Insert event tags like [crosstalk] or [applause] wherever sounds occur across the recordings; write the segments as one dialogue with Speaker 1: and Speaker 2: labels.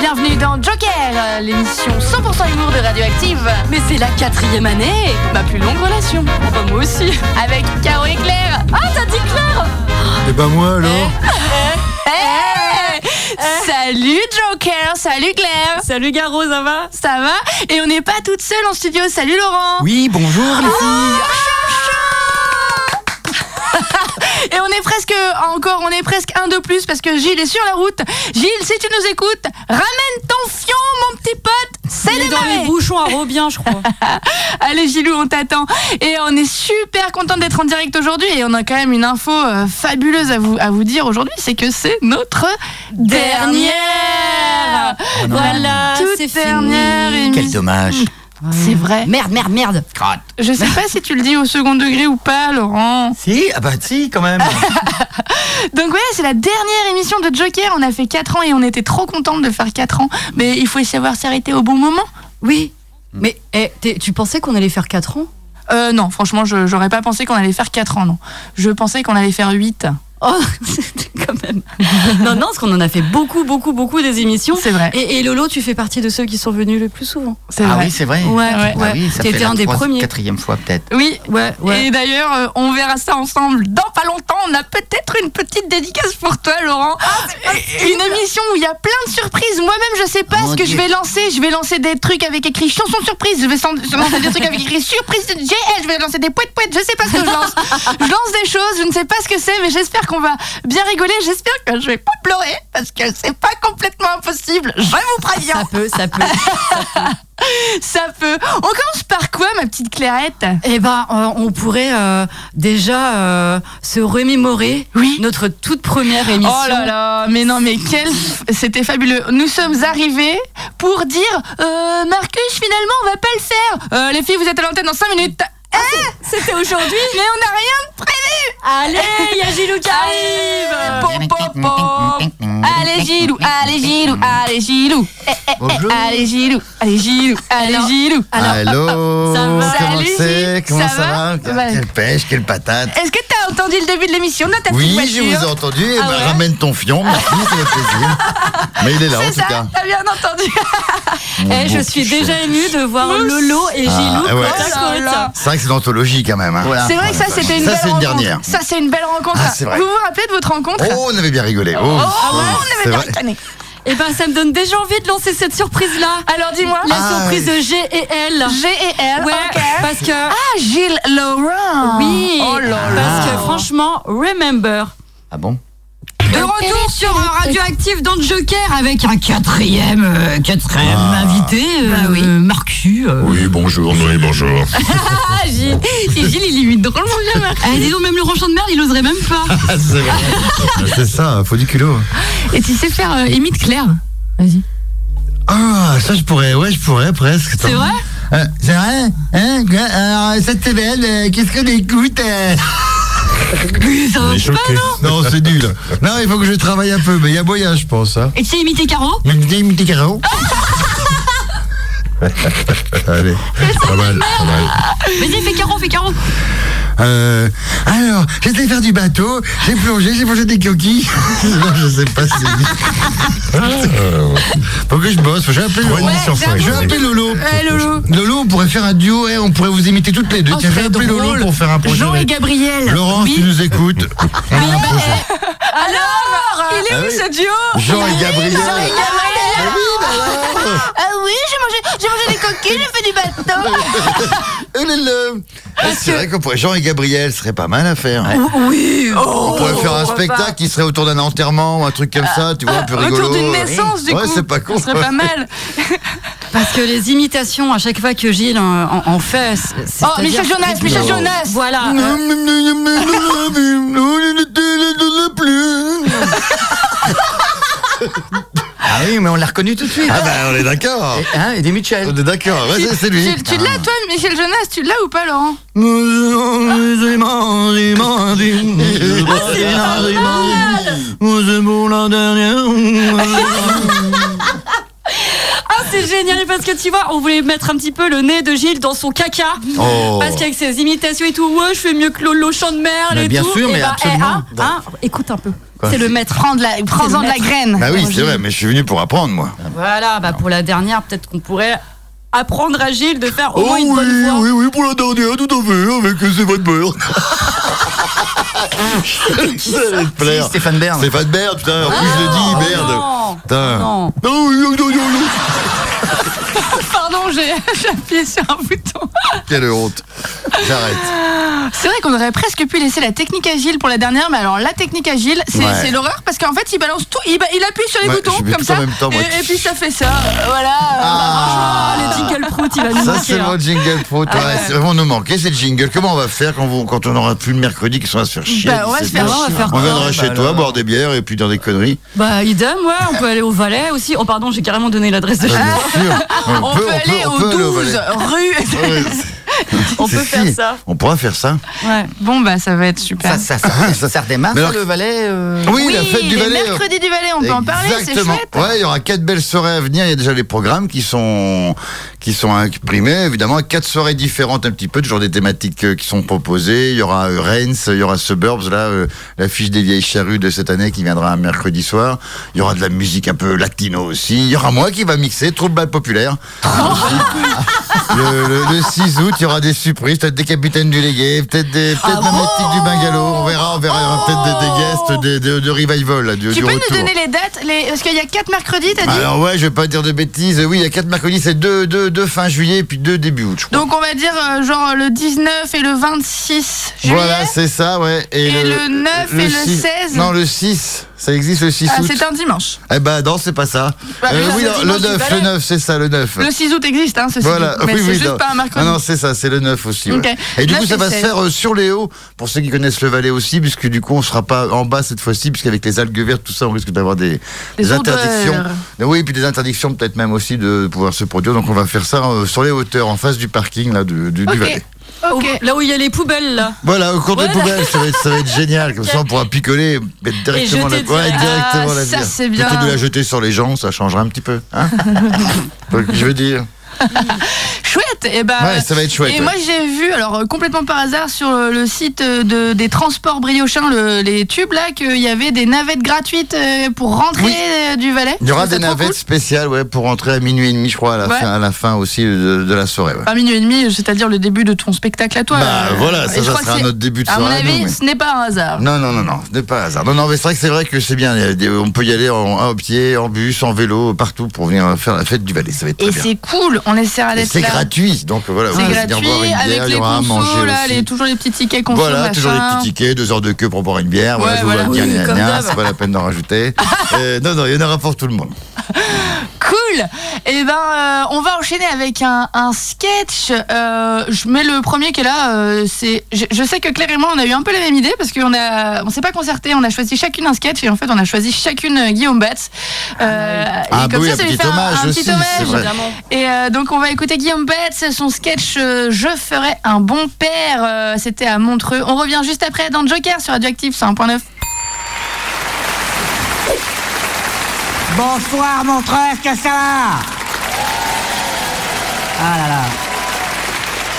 Speaker 1: Bienvenue dans Joker, euh, l'émission 100% humour de Radioactive.
Speaker 2: Mais c'est la quatrième année Ma plus longue relation. Ah bah, moi aussi.
Speaker 1: Avec Caro et Claire. Ah, t'as dit Claire
Speaker 3: Et ben moi alors
Speaker 1: Eh,
Speaker 2: Eh
Speaker 1: Hey Salut Joker, salut Claire,
Speaker 2: Salut Garo, ça va
Speaker 1: ça va Et on n'est pas toutes seules en studio, salut Laurent
Speaker 3: Oui,
Speaker 1: Ah,
Speaker 3: bonjour les filles
Speaker 1: Et on est presque, encore, on est presque un de plus parce que Gilles est sur la route. Gilles, si tu nous écoutes, ramène ton fion mon petit pote, c'est
Speaker 2: Il est dans les
Speaker 1: démarré
Speaker 2: bouchons à Robien, je crois.
Speaker 1: [laughs] Allez Gilou, on t'attend. Et on est super content d'être en direct aujourd'hui. Et on a quand même une info euh, fabuleuse à vous, à vous dire aujourd'hui, c'est que c'est notre
Speaker 2: Ah
Speaker 1: dernière.
Speaker 3: Oh non.
Speaker 2: voilà, c'est
Speaker 1: Toute dernière
Speaker 2: fini.
Speaker 1: émission.
Speaker 3: Quel dommage
Speaker 1: C'est vrai.
Speaker 2: Merde, merde, merde.
Speaker 1: Je sais pas si tu le dis au second degré ou pas, Laurent.
Speaker 3: Si, ah bah si quand même
Speaker 1: Donc ouais, c'est la dernière émission de Joker. On a fait 4 ans et on était trop contente de faire 4 ans. Mais il faut savoir s'arrêter au bon moment.
Speaker 2: Oui. Mais eh, t'es- tu pensais qu'on allait faire 4 ans
Speaker 1: Euh, non, franchement, je- j'aurais pas pensé qu'on allait faire 4 ans, non. Je pensais qu'on allait faire 8.
Speaker 2: Oh, c'était quand même. [laughs] non, non, parce qu'on en a fait beaucoup, beaucoup, beaucoup des émissions.
Speaker 1: C'est vrai.
Speaker 2: Et, et Lolo, tu fais partie de ceux qui sont venus le plus souvent.
Speaker 1: C'est
Speaker 3: Ah
Speaker 1: vrai.
Speaker 3: oui, c'est vrai
Speaker 2: Ouais,
Speaker 3: Ah
Speaker 2: ouais.
Speaker 3: oui, ça
Speaker 2: T'étais
Speaker 3: fait la
Speaker 2: un des
Speaker 3: troisième,
Speaker 2: premiers.
Speaker 3: quatrième fois peut-être.
Speaker 1: Oui,
Speaker 2: Ouais, ouais.
Speaker 1: Et d'ailleurs, euh, on verra ça ensemble dans pas longtemps. On a peut-être une petite dédicace pour toi, Laurent.
Speaker 2: Ah,
Speaker 1: une émission où il y a plein de surprises. Moi-même, je sais pas
Speaker 3: Ah, Mon
Speaker 1: ce que
Speaker 3: Dieu.
Speaker 1: je vais lancer. Je vais lancer des trucs avec écrit chanson surprise. Je vais sans- je vais lancer des trucs avec écrit surprise de JL. Je vais lancer des poètes poètes. Je sais pas ce que je lance. je lance des choses. Je ne sais pas ce que c'est, mais j'espère qu'on va bien rigoler. J'espère que je vais pas pleurer parce que c'est pas complètement impossible. Je vous préviens.
Speaker 2: Ça peut, ça peut.
Speaker 1: ça peut. On commence par quoi, ma petite Clairette
Speaker 2: Eh ben, euh, on pourrait euh, déjà euh, se remémorer
Speaker 1: Oui.
Speaker 2: notre toute première émission.
Speaker 1: Oh là là, mais non, mais quel. C'était fabuleux. Nous sommes arrivés pour dire euh, Marcus, finalement, on va pas le faire. Euh, les filles, vous êtes à l'antenne dans 5 minutes.
Speaker 2: Ah, C'était aujourd'hui.
Speaker 1: Mais on n'a rien de prévu
Speaker 2: Allez, il y a Gilou
Speaker 1: Pom,
Speaker 2: qui arrive.
Speaker 1: pom, pom. Allez Gilou, allez Gilou, allez Gilou Eh, eh, eh,
Speaker 3: Bonjour.
Speaker 1: Allez Gilou, allez Gilou, allez
Speaker 2: Alors-
Speaker 1: Gilou
Speaker 3: Allô
Speaker 2: ça va
Speaker 3: Comment
Speaker 1: Salut,
Speaker 3: c'est
Speaker 1: Gilles,
Speaker 3: Comment
Speaker 1: ça
Speaker 3: ça va,
Speaker 1: va Ouais.
Speaker 3: Quelle pêche, quelle patate
Speaker 1: Est-ce que t'as entendu le début de l'émission dans ta petite
Speaker 3: Oui, je
Speaker 1: voiture
Speaker 3: vous ai entendu, et
Speaker 1: Ah ouais
Speaker 3: ramène ton fion, merci, ça fait plaisir. Mais il est là en
Speaker 1: C'est
Speaker 3: tout
Speaker 1: ça,
Speaker 3: cas.
Speaker 1: t'as bien entendu
Speaker 3: Mon
Speaker 2: Eh, je
Speaker 3: bon
Speaker 2: suis
Speaker 3: petit
Speaker 2: déjà émue de voir
Speaker 1: Mousse.
Speaker 2: Lolo et Gilou
Speaker 3: Ah, ouais.
Speaker 2: côte
Speaker 1: Oh là
Speaker 2: à côte.
Speaker 1: là.
Speaker 3: C'est vrai que c'est d'anthologie quand même. hein.
Speaker 1: C'est vrai que ça c'était une
Speaker 3: Ça,
Speaker 1: belle
Speaker 3: c'est une
Speaker 1: rencontre
Speaker 3: dernière.
Speaker 1: Ça c'est une belle rencontre
Speaker 3: Ah, c'est vrai.
Speaker 1: Vous vous rappelez de votre rencontre
Speaker 3: Oh, on avait bien rigolé. Oh,
Speaker 1: Oh,
Speaker 3: c'est
Speaker 1: on avait bien
Speaker 3: vrai.
Speaker 1: ricané.
Speaker 2: Eh ben, ça me donne déjà envie de lancer cette surprise-là.
Speaker 1: Alors dis-moi,
Speaker 2: La
Speaker 3: Ah,
Speaker 2: surprise de G et L.
Speaker 1: G et L.
Speaker 2: Ouais,
Speaker 1: ok.
Speaker 2: parce que.
Speaker 1: Ah, Gilles Laurent.
Speaker 2: oui,
Speaker 1: Oh là là.
Speaker 2: parce que franchement, remember.
Speaker 3: Ah bon
Speaker 2: De retour sur Radioactive dans le Joker avec un quatrième, euh, quatrième
Speaker 3: Ah.
Speaker 2: invité, euh, euh, [laughs] Marcus. euh.
Speaker 3: Oui, bonjour. Oui, bonjour.
Speaker 1: [laughs] Ah, Gilles. Et Gilles, il imite drôlement bien Marc.
Speaker 2: Eh, dis donc, même le ranchon de merde, il oserait même pas.
Speaker 3: Ah, c'est vrai. Ah, c'est ça, faut du culot.
Speaker 2: Et tu sais faire euh, imite Claire Vas-y.
Speaker 3: Ah, ça je pourrais, ouais, je pourrais presque.
Speaker 2: C'est vrai
Speaker 3: Euh, C'est vrai Hein quoi Alors, cette semaine, euh, qu'est-ce qu'on écoute euh
Speaker 2: Plus, ça va pas, non
Speaker 3: Non, c'est nul. Non, il faut que je travaille un peu, mais il y a moyen, je pense. Hein.
Speaker 2: Et tu sais imiter Caro
Speaker 3: Une petite- une petite carreau. Allez, pas mal, pas mal.
Speaker 2: Vas-y, fais Caro, fais Caro.
Speaker 3: Euh, alors, j'étais faire du bateau, j'ai plongé, j'ai mangé des coquilles. [laughs] non, je sais pas si c'est Ah. Faut que je bosse, faut que j'appelle Lolo.
Speaker 1: j'avoue.
Speaker 3: je vais appeler Lolo.
Speaker 1: Eh, Lolo.
Speaker 3: Lolo, on pourrait faire un duo, eh, on pourrait vous imiter toutes les deux.
Speaker 2: Oh,
Speaker 3: Tiens,
Speaker 2: ce
Speaker 3: je vais
Speaker 2: serait
Speaker 3: appeler
Speaker 2: drôle.
Speaker 3: Lolo pour faire un projet.
Speaker 2: Jean et
Speaker 3: avec-
Speaker 2: Gabriel.
Speaker 3: Laurence, tu nous écoutes.
Speaker 1: Ah, bah, euh, Alors, il est
Speaker 3: Ah
Speaker 1: où
Speaker 3: oui.
Speaker 1: ce duo
Speaker 3: Jean et Gabriel.
Speaker 1: Gabriel.
Speaker 3: Ah oui, bah là.
Speaker 1: Ah oui, j'ai mangé, j'ai mangé des coquilles, j'ai fait du bateau.
Speaker 3: [laughs] Euh, le, le. Eh, C'est vrai qu'on pourrait. Jean et Gabriel serait pas mal à faire. hein.
Speaker 2: Oui.
Speaker 1: Oh,
Speaker 3: On pourrait faire un spectacle qui serait autour d'un enterrement ou un truc comme ça, tu vois, un peu rigolo.
Speaker 1: Ah. Autour d'une naissance, du
Speaker 3: ouais,
Speaker 1: coup.
Speaker 3: c'est pas con.
Speaker 1: Ce serait pas mal.
Speaker 2: [laughs] Parce que les imitations, à chaque fois que Gilles en, en- en fait. c'est-
Speaker 1: Oh, Michel
Speaker 2: c'est-à-dire que-
Speaker 1: Jonas, Michel
Speaker 3: Non.
Speaker 1: Jonas.
Speaker 2: Voilà. euh,
Speaker 3: Ah
Speaker 4: Ah Oui, mais on l'a reconnu tout de suite.
Speaker 3: bah on est d'accord.
Speaker 4: Hein, et des Mitchell.
Speaker 3: On est d'accord, ouais, c'est- c'est lui.
Speaker 1: Tu, tu l'as, toi, Michel Jonas Tu l'as ou pas, Laurent
Speaker 3: Ah, Oh,
Speaker 2: [laughs] Ah, c'est génial parce que tu vois, on voulait mettre un petit peu le nez de Gilles dans son caca.
Speaker 4: Oh.
Speaker 2: Parce qu'avec ses imitations et tout, ouais, je fais mieux que Lolo Champ de Merle
Speaker 4: Mais
Speaker 2: et
Speaker 4: bien
Speaker 2: tout.
Speaker 4: sûr,
Speaker 2: Eh
Speaker 4: mais
Speaker 2: ben, eh,
Speaker 4: absolument.
Speaker 2: hein,
Speaker 3: Bah.
Speaker 2: hein, écoute un peu.
Speaker 4: Quoi
Speaker 2: C'est le maître.
Speaker 1: Prends de la- Prends-en de la
Speaker 2: maître.
Speaker 1: graine.
Speaker 3: Bah oui, c'est vrai, mais je suis venu pour apprendre, moi.
Speaker 4: Ah,
Speaker 2: Voilà, bah pour la dernière, peut-être qu'on pourrait apprendre à Gilles de faire Ah, au
Speaker 3: Oh
Speaker 2: moins une bonne
Speaker 3: oui,
Speaker 2: fois.
Speaker 3: oui, oui, pour la dernière, tout à fait, avec c'est votre beurre.
Speaker 2: [laughs]
Speaker 3: Ça allait te
Speaker 4: Si,
Speaker 3: plaire.
Speaker 4: Stéphane Bern.
Speaker 3: Stéphane Baird, putain, en plus je le
Speaker 5: Oh,
Speaker 3: dis, merde.
Speaker 2: non.
Speaker 3: Putain.
Speaker 2: Non.
Speaker 3: Ah, Non, non, non, non, non.
Speaker 1: [laughs] Pardon, j'ai j'ai appuyé sur un bouton.
Speaker 3: Quelle honte. J'arrête.
Speaker 1: C'est vrai qu'on aurait presque pu laisser la technique agile pour la dernière, mais alors la technique agile, c'est
Speaker 3: Ouais.
Speaker 1: c'est l'horreur parce qu'en fait, il balance tout, il, ba- il appuie sur les
Speaker 3: Ouais,
Speaker 1: boutons
Speaker 3: je mets
Speaker 1: comme
Speaker 3: tout en
Speaker 1: ça,
Speaker 3: même temps, moi.
Speaker 1: et, et puis ça fait ça. euh, Voilà. Bah,
Speaker 2: Ah, le jingle prout, il va nous
Speaker 3: Ça,
Speaker 2: manquer.
Speaker 3: c'est mon
Speaker 2: hein.
Speaker 3: jingle faute. Ouais, c'est vraiment nous manquer, c'est le jingle. Comment on va faire quand, vous- quand on aura plus le mercredi qui sont à se faire chier
Speaker 1: Bah, on va se
Speaker 3: 17
Speaker 1: faire-
Speaker 3: heures
Speaker 1: on va
Speaker 2: faire
Speaker 3: On
Speaker 2: quoi
Speaker 3: viendra
Speaker 4: Bah,
Speaker 3: chez toi,
Speaker 4: alors.
Speaker 3: boire des bières et puis dans des conneries.
Speaker 2: Bah, idem, ouais, on peut aller au Valais aussi. Oh, pardon, j'ai carrément donné l'adresse de Gilles.
Speaker 3: Ah, Bien sûr.
Speaker 2: [laughs]
Speaker 1: on, peut, aller
Speaker 3: on
Speaker 1: au
Speaker 3: peut aller
Speaker 1: 12
Speaker 3: Valais.
Speaker 1: rue.
Speaker 3: Ouais,
Speaker 2: On
Speaker 3: c'est
Speaker 2: peut faire
Speaker 3: si.
Speaker 2: ça.
Speaker 3: On pourra faire ça.
Speaker 2: Ouais.
Speaker 1: Bon, bah, ça va être super.
Speaker 4: Ça, ça, ça, ça, ça redémarre,
Speaker 3: Mais
Speaker 4: ça,
Speaker 3: alors-
Speaker 4: le valet euh,
Speaker 3: Oui, la fête du
Speaker 1: les
Speaker 3: Valais. euh,
Speaker 1: mercredis du Valais, on peut en parler, c'est
Speaker 3: Exactement.
Speaker 1: chouette.
Speaker 3: Ouais, il y aura quatre belles soirées à venir. Il y a déjà les programmes qui sont qui sont imprimés. Évidemment, quatre soirées différentes un petit peu, toujours des thématiques euh, qui sont proposées. Il y aura euh, Rennes, il y aura Suburbs. Là, euh, l'affiche des vieilles charrues de cette année qui viendra un mercredi soir. Il y aura de la musique un peu latino aussi. Il y aura moi qui va mixer trouble bal
Speaker 1: [laughs]
Speaker 3: populaire. le, le- le 6 août, il y aura des surprises, peut-être des capitaines du Légué, peut-être des,
Speaker 1: Ah
Speaker 3: peut-être même les tics du Bungalow, on verra, on verra, il y aura peut-être des, des guests, des, de, de revival, là, du,
Speaker 1: Oh Tu
Speaker 3: du
Speaker 1: peux
Speaker 3: retour.
Speaker 1: nous donner les dates les... Parce qu'il y a 4 mercredis, t'as dit
Speaker 3: hein. Alors ouais, je vais pas dire de bêtises. Oui, il y a 4 mercredis, c'est 2, fin juillet, puis 2 début août, je crois.
Speaker 1: Donc, on va dire euh, genre le 19 et le 26 juillet.
Speaker 3: voilà, c'est ça, ouais.
Speaker 1: Et le 9 et le 16.
Speaker 3: Non, le 6. Ça existe le 6
Speaker 1: Ah,
Speaker 3: août.
Speaker 1: c'est un dimanche.
Speaker 3: Eh ben non, c'est pas ça. Euh,
Speaker 1: Bah, mais ça,
Speaker 3: oui,
Speaker 1: c'est dimanche
Speaker 3: non, le
Speaker 1: du
Speaker 3: 9,
Speaker 1: Valais.
Speaker 3: le 9, c'est ça, le 9.
Speaker 1: Le 6 août existe, hein, ceci
Speaker 3: Voilà,
Speaker 1: dit. Mais
Speaker 3: oui,
Speaker 1: c'est
Speaker 3: oui,
Speaker 1: juste
Speaker 3: non. Ah
Speaker 1: pas un mercredi.
Speaker 3: Non, non, c'est ça, c'est le 9 aussi. ouais.
Speaker 1: Ok.
Speaker 3: Et du
Speaker 1: 9
Speaker 3: coup, ça
Speaker 1: et
Speaker 3: va se
Speaker 1: 16.
Speaker 3: faire euh, sur les hauts, pour ceux qui connaissent le Valais aussi, puisque du coup, on sera pas en bas cette fois-ci, puisqu'avec les algues vertes, tout ça, on risque d'avoir des,
Speaker 1: Des
Speaker 3: des interdictions.
Speaker 1: odeurs.
Speaker 3: Oui, et puis des interdictions peut-être même aussi de pouvoir se produire. Donc, on va faire ça euh, sur les hauteurs, en face du parking là, du, du, du
Speaker 1: Ok.
Speaker 3: Valais.
Speaker 1: Ok.
Speaker 2: Au- Là où il y a les poubelles, là.
Speaker 3: Voilà, au cours de
Speaker 2: Voilà.
Speaker 3: poubelle, ça va, être, ça va être génial. Comme ça, on pourra picoler, mettre directement la
Speaker 2: jeter
Speaker 3: ouais,
Speaker 2: direct.
Speaker 3: directement
Speaker 1: Ah,
Speaker 3: la
Speaker 1: ça,
Speaker 3: bière.
Speaker 1: c'est bien.
Speaker 3: Plutôt de la jeter sur les gens, ça changera un petit peu.
Speaker 1: [laughs]
Speaker 3: Hein Donc, je veux dire.
Speaker 1: Chouette Et ben.
Speaker 3: Ouais, ça va être chouette.
Speaker 1: Et
Speaker 3: ouais.
Speaker 1: moi j'ai vu, alors euh, complètement par hasard, sur euh, le site euh, de, des transports briochins, le- les tubes là, qu'il y avait des navettes gratuites euh, pour rentrer
Speaker 3: Oui.
Speaker 1: euh, du Valais.
Speaker 3: Il y aura
Speaker 1: Je trouve
Speaker 3: des
Speaker 1: ça trop
Speaker 3: navettes
Speaker 1: cool.
Speaker 3: spéciales ouais, pour rentrer à minuit et demi, je crois, à la,
Speaker 1: Ouais.
Speaker 3: fin, à la fin aussi de, de la soirée. ouais.
Speaker 1: Enfin, minuit et demi, c'est-à-dire le début de ton spectacle à toi.
Speaker 3: Bah,
Speaker 1: Euh,
Speaker 3: voilà, ça,
Speaker 1: et je
Speaker 3: ça
Speaker 1: crois que
Speaker 3: sera
Speaker 1: c'est-
Speaker 3: notre début de
Speaker 1: À mon
Speaker 3: soirée. à nous,
Speaker 1: avis,
Speaker 3: mais-
Speaker 1: ce n'est pas un hasard.
Speaker 3: Non, non, non, non, ce n'est pas un hasard. Non, non, mais c'est vrai que c'est vrai que c'est bien. il y a des- On peut y aller en, à pied, en bus, en vélo, partout pour venir faire la fête du Valais. Ça va être très
Speaker 1: Et
Speaker 3: bien.
Speaker 1: c'est cool, on essaiera
Speaker 3: Et
Speaker 1: d'être
Speaker 3: C'est
Speaker 1: là.
Speaker 3: gratuit, Ah donc voilà. vous
Speaker 1: C'est
Speaker 3: pouvez venir
Speaker 1: gratuit,
Speaker 3: boire une bière,
Speaker 1: avec
Speaker 3: il y
Speaker 1: les
Speaker 3: aura à
Speaker 1: consos,
Speaker 3: manger
Speaker 1: là,
Speaker 3: aussi.
Speaker 1: les, toujours les petits tickets consos,
Speaker 3: Voilà, toujours les
Speaker 1: machin.
Speaker 3: petits tickets, deux heures de queue pour boire une bière. Voilà,
Speaker 1: Ouais,
Speaker 3: je vous vois
Speaker 1: voilà.
Speaker 3: bien,
Speaker 2: Oui,
Speaker 3: gna,
Speaker 2: comme
Speaker 3: gna,
Speaker 2: d'hab.
Speaker 3: c'est pas la peine
Speaker 1: [laughs]
Speaker 3: d'en rajouter. Euh, non, non, il y en aura pour tout le monde.
Speaker 1: Cool Et ben, euh, on va enchaîner avec un, un sketch. Euh, je mets le premier qui est là. euh, c'est, je, je sais que Claire et moi, on a eu un peu la même idée parce qu'on a, on s'est pas concerté. On a choisi chacune un sketch et en fait, on a choisi chacune euh, Guillaume Batz. Euh,
Speaker 3: Ah,
Speaker 1: et comme
Speaker 3: bah oui,
Speaker 1: ça,
Speaker 3: un
Speaker 1: ça lui
Speaker 3: petit
Speaker 1: fait un,
Speaker 3: hommage
Speaker 1: un
Speaker 3: aussi,
Speaker 1: petit
Speaker 3: c'est
Speaker 1: hommage.
Speaker 3: vrai.
Speaker 2: Évidemment.
Speaker 1: Et euh, donc on va écouter Guillaume Betz, son sketch euh, Je ferai un bon père, euh, c'était à Montreux. On revient juste après dans Joker sur Radioactive 101.9.
Speaker 6: Bonsoir Montreux, que ça va Ah là là.